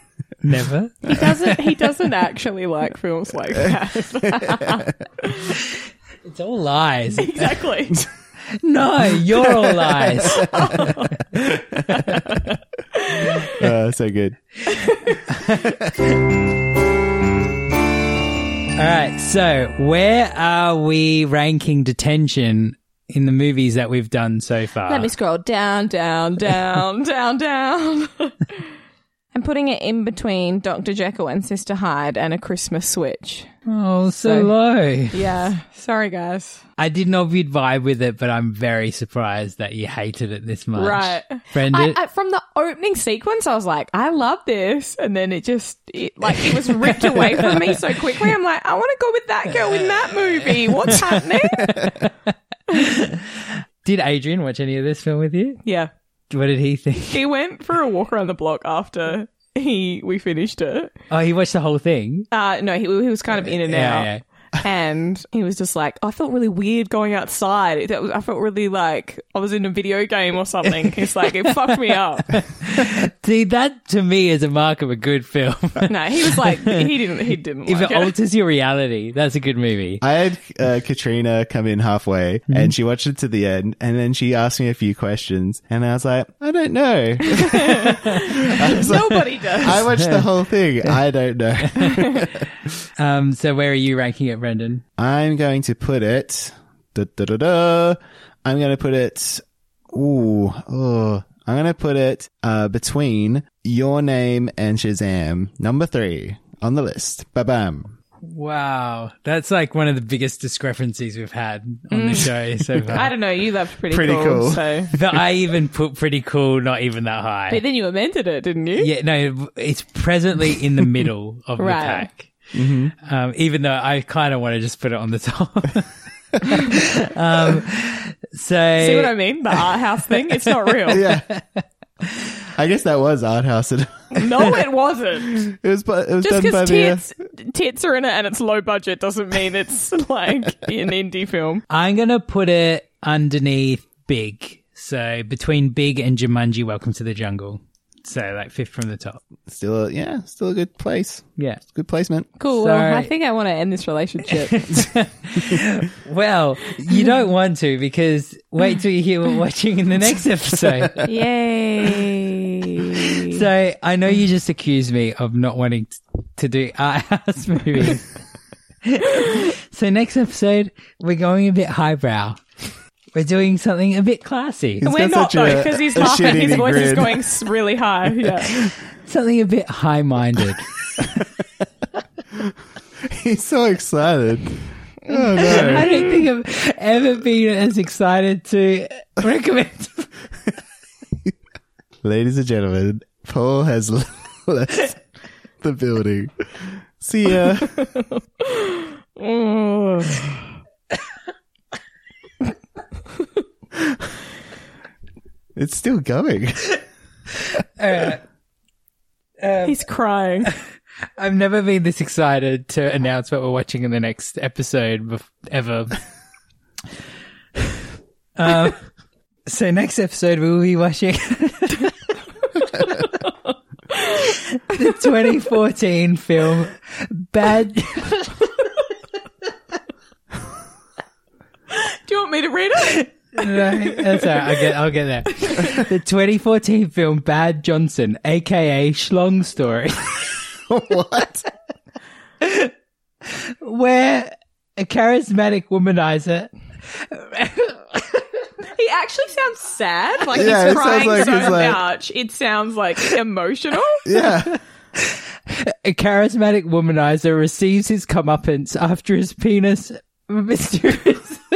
[SPEAKER 4] Never.
[SPEAKER 5] He doesn't he doesn't actually like films like that.
[SPEAKER 4] It's all lies.
[SPEAKER 5] Exactly.
[SPEAKER 4] No, you're all lies.
[SPEAKER 6] uh, so good.
[SPEAKER 4] All right. So, where are we ranking detention in the movies that we've done so far?
[SPEAKER 5] Let me scroll down, down, down, down, down. I'm putting it in between Dr. Jekyll and Sister Hyde and a Christmas switch.
[SPEAKER 4] oh, so
[SPEAKER 5] So-
[SPEAKER 4] low.
[SPEAKER 5] Yeah. Sorry guys.
[SPEAKER 4] I didn't know if you'd vibe with it, but I'm very surprised that you hated it this much.
[SPEAKER 5] Right.
[SPEAKER 4] Friend
[SPEAKER 5] I,
[SPEAKER 4] it.
[SPEAKER 5] I, from the opening sequence, I was like, I love this. And then it just, it, like, it was ripped away from me so quickly. I'm like, I want to go with that girl in that movie. What's happening?
[SPEAKER 4] did Adrian watch any of this film with you?
[SPEAKER 5] Yeah.
[SPEAKER 4] What did he think?
[SPEAKER 5] He went for a walk around the block after he we finished it.
[SPEAKER 4] Oh, he watched the whole thing.
[SPEAKER 5] Uh, no, he, he was kind of in and
[SPEAKER 4] Yeah,
[SPEAKER 5] out.
[SPEAKER 4] yeah.
[SPEAKER 5] And he was just like, I felt really weird going outside. It- that was- I felt really like I was in a video game or something. He's like, it fucked me up.
[SPEAKER 4] See, that to me is a mark of a good film.
[SPEAKER 5] No, he was like, he didn't, he didn't
[SPEAKER 4] if
[SPEAKER 5] like
[SPEAKER 4] it
[SPEAKER 5] it.
[SPEAKER 4] alters your reality, that's a good movie.
[SPEAKER 6] I had uh, Katrina come in halfway and she watched it to the end and then she asked me a few questions and I was like, I don't know.
[SPEAKER 5] Nobody does.
[SPEAKER 6] I watched the whole thing. I don't know.
[SPEAKER 4] Um, so where are you ranking it, Brendan?
[SPEAKER 6] I'm going to put it. Da, da, da, da. I'm going to put it. Ooh, oh, I'm going to put it uh, between Your Name and Shazam, number three on the list. Ba bam.
[SPEAKER 4] Wow, that's like one of the biggest discrepancies we've had on the
[SPEAKER 5] Mm.
[SPEAKER 4] show so
[SPEAKER 5] I
[SPEAKER 4] far.
[SPEAKER 5] don't know. You left pretty,
[SPEAKER 6] Pretty
[SPEAKER 5] cool,
[SPEAKER 6] cool.
[SPEAKER 5] So,
[SPEAKER 4] That I even put pretty cool, not even that
[SPEAKER 5] but
[SPEAKER 4] high.
[SPEAKER 5] then you amended it, didn't you?
[SPEAKER 4] Yeah, no, it's presently in the middle of the
[SPEAKER 5] Right.
[SPEAKER 4] pack. Um, even though I kind of want to just put it on the top. um, so
[SPEAKER 5] See what I mean? The art house thing. It's not real.
[SPEAKER 6] Yeah. I guess that was Art House. It
[SPEAKER 5] No, it wasn't.
[SPEAKER 6] was, bu- it was
[SPEAKER 5] Just
[SPEAKER 6] done by
[SPEAKER 5] because
[SPEAKER 6] the. uh,
[SPEAKER 5] tits, tits are in it and it's low budget doesn't mean it's like an indie film.
[SPEAKER 4] I'm gonna put it underneath Big. So between Big and Jumanji, Welcome to the Jungle. So like fifth from the top.
[SPEAKER 6] still, a, yeah, still a good place.
[SPEAKER 4] Yeah.
[SPEAKER 6] Good placement.
[SPEAKER 5] Cool.
[SPEAKER 4] well, Sorry. I
[SPEAKER 5] I think I want to end this relationship.
[SPEAKER 4] Well, you don't want to because wait till you hear what we're watching in the next episode.
[SPEAKER 5] Yay.
[SPEAKER 4] So I know you just accused me of not wanting t- to do art house movies. so next episode, we're going a bit highbrow. We're doing something a bit classy,
[SPEAKER 6] He's
[SPEAKER 5] We're not
[SPEAKER 6] got
[SPEAKER 5] though,
[SPEAKER 6] such a-
[SPEAKER 5] because he's
[SPEAKER 6] a
[SPEAKER 5] laughing.
[SPEAKER 6] shitty
[SPEAKER 5] His voice is
[SPEAKER 6] grin.
[SPEAKER 5] going s- really high. Yeah.
[SPEAKER 4] something a bit high-minded.
[SPEAKER 6] He's so excited. Oh, no.
[SPEAKER 4] I don't think I've ever been as excited to recommend.
[SPEAKER 6] Ladies and gentlemen, Paul has left the building. See ya. It's still going.
[SPEAKER 5] He's crying.
[SPEAKER 4] I've never been this excited to announce what we're watching in the next episode bef- ever. um, so next episode we will be watching the 2014 film Bad.
[SPEAKER 5] Do you want me to read it?
[SPEAKER 4] No, that's all right. I'll get, I'll get there. The 2014 film Bad Johnson, aka Schlong Story,
[SPEAKER 6] what?
[SPEAKER 4] where a charismatic womanizer.
[SPEAKER 5] He actually sounds sad. Like
[SPEAKER 6] Yeah,
[SPEAKER 5] he's
[SPEAKER 6] it sounds
[SPEAKER 5] crying
[SPEAKER 6] like
[SPEAKER 5] so
[SPEAKER 6] he's like-
[SPEAKER 5] much. It sounds like emotional.
[SPEAKER 6] Yeah.
[SPEAKER 4] A charismatic womanizer receives his comeuppance after his penis mysterious-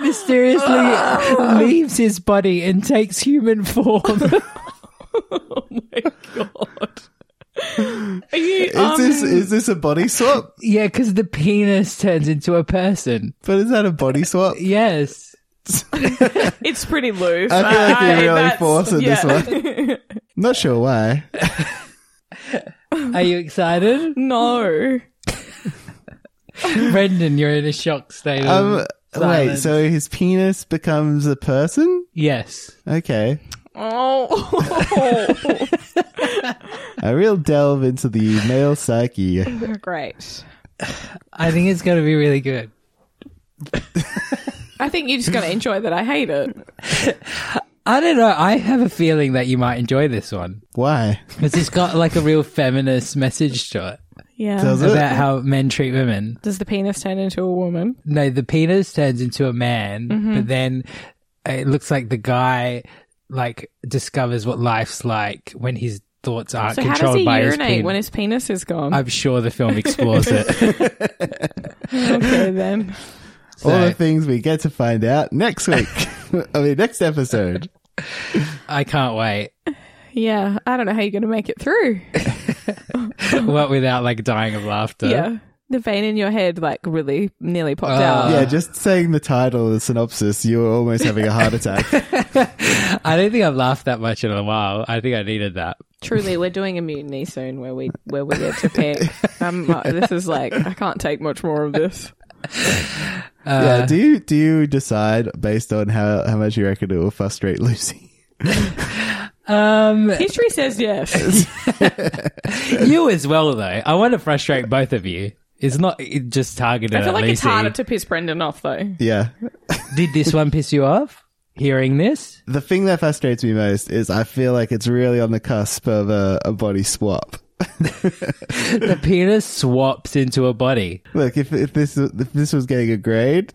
[SPEAKER 4] mysteriously leaves his body and takes human form.
[SPEAKER 5] Are you,
[SPEAKER 6] Is
[SPEAKER 5] um,
[SPEAKER 6] this is this a body swap?
[SPEAKER 4] yeah, because the penis turns into a person.
[SPEAKER 6] But is that a body swap?
[SPEAKER 4] Yes.
[SPEAKER 5] it's pretty loose.
[SPEAKER 6] I feel like
[SPEAKER 5] I-
[SPEAKER 6] you're really
[SPEAKER 5] that's-
[SPEAKER 6] forcing this one. Not sure why.
[SPEAKER 4] Are you excited?
[SPEAKER 5] No.
[SPEAKER 4] Brendan, you're in a shock state. of-
[SPEAKER 6] Um, wait, so his penis becomes a person?
[SPEAKER 4] yes.
[SPEAKER 6] Okay.
[SPEAKER 5] Oh.
[SPEAKER 6] A real delve into the male psyche.
[SPEAKER 5] Great.
[SPEAKER 4] I think it's going to be really good.
[SPEAKER 5] I think you're just going to enjoy that I hate it.
[SPEAKER 4] I don't know. I have a feeling that you might enjoy this one
[SPEAKER 6] Why?
[SPEAKER 4] because it's got like a real feminist message to it
[SPEAKER 5] Yeah.
[SPEAKER 6] Does it?
[SPEAKER 4] about how men treat women.
[SPEAKER 5] Does the penis turn into a woman?
[SPEAKER 4] No, the penis turns into a man,
[SPEAKER 5] Mm-hmm.
[SPEAKER 4] but then it looks like the guy like discovers what life's like when his thoughts aren't
[SPEAKER 5] So how
[SPEAKER 4] controlled
[SPEAKER 5] does he
[SPEAKER 4] by his
[SPEAKER 5] urinate
[SPEAKER 4] penis.
[SPEAKER 5] when his penis is gone?
[SPEAKER 4] I'm sure the film explores it.
[SPEAKER 5] okay then.
[SPEAKER 6] All
[SPEAKER 4] So-
[SPEAKER 6] the things we get to find out next week. I mean, next episode.
[SPEAKER 4] I can't wait.
[SPEAKER 5] Yeah, I don't know how you're going to make it through.
[SPEAKER 4] What without like dying of laughter?
[SPEAKER 5] Yeah. The vein in your head like really nearly popped out.
[SPEAKER 6] Uh, yeah, just saying the title, the synopsis, you were almost having a heart attack.
[SPEAKER 4] I don't think I've laughed that much in a while. I think I needed that.
[SPEAKER 5] Truly, we're doing a mutiny soon where we where we get to pick. Um, uh, this is like I can't take much more of this.
[SPEAKER 6] yeah, do you do you decide based on how how much you reckon it will frustrate Lucy?
[SPEAKER 4] Um,
[SPEAKER 5] History says yes.
[SPEAKER 4] you as well, though. I want to frustrate both of you. It's not it just targeted
[SPEAKER 5] I feel
[SPEAKER 4] at
[SPEAKER 5] like
[SPEAKER 4] Lucy.
[SPEAKER 5] it's harder to piss Brendan off though.
[SPEAKER 6] Yeah.
[SPEAKER 4] Did this one piss you off? Hearing this,
[SPEAKER 6] The thing that frustrates me most is I feel like it's really on the cusp of a, a body swap.
[SPEAKER 4] the penis swaps into a body.
[SPEAKER 6] Look, if if this if this was getting a grade,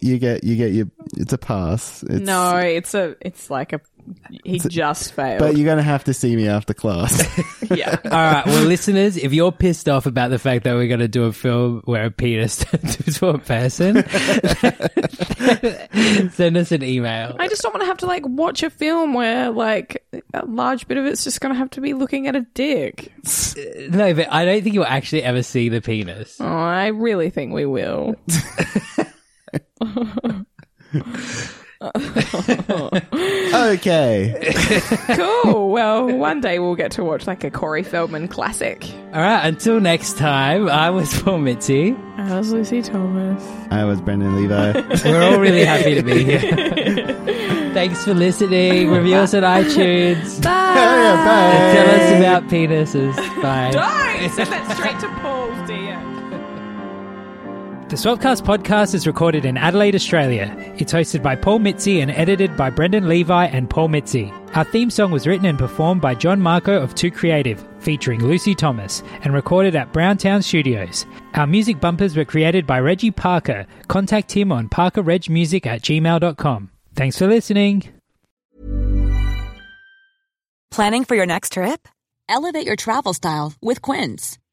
[SPEAKER 6] you get you get your it's a pass. It's,
[SPEAKER 5] No, it's a it's like a he just failed.
[SPEAKER 6] But you're gonna have to see me after class.
[SPEAKER 5] yeah.
[SPEAKER 4] All right, well, listeners, if you're pissed off about the fact that we're going to do a film where a penis turns into a person, send us an email.
[SPEAKER 5] I just don't want to have to like watch a film where like a large bit of it's just going to have to be looking at a dick.
[SPEAKER 4] No, but I don't think you'll actually ever see the penis.
[SPEAKER 5] Oh, I really think we will.
[SPEAKER 6] okay.
[SPEAKER 5] cool. Well, one day we'll get to watch like a Corey Feldman classic.
[SPEAKER 4] All right, until next time, I was Paul Mitzi.
[SPEAKER 5] I was Lucy Thomas.
[SPEAKER 6] I was Brendan Levi.
[SPEAKER 4] We're all really happy to be here. Thanks for listening. Review us on iTunes. Bye.
[SPEAKER 6] 哎
[SPEAKER 4] Tell us about penises. Bye.
[SPEAKER 5] I said that straight to Paul's DM.
[SPEAKER 4] The Swapcast podcast is recorded in Adelaide, Australia. It's hosted by Paul Mitzi and edited by Brendan Levi and Paul Mitzi. Our theme song was written and performed by John Marco of Two Creative, featuring Lucy Thomas, and recorded at Browntown Studios. Our music bumpers were created by Reggie Parker. Contact him on parkerregmusic at gmail.com. Thanks for listening.
[SPEAKER 7] Planning for your next trip? Elevate your travel style with Quince.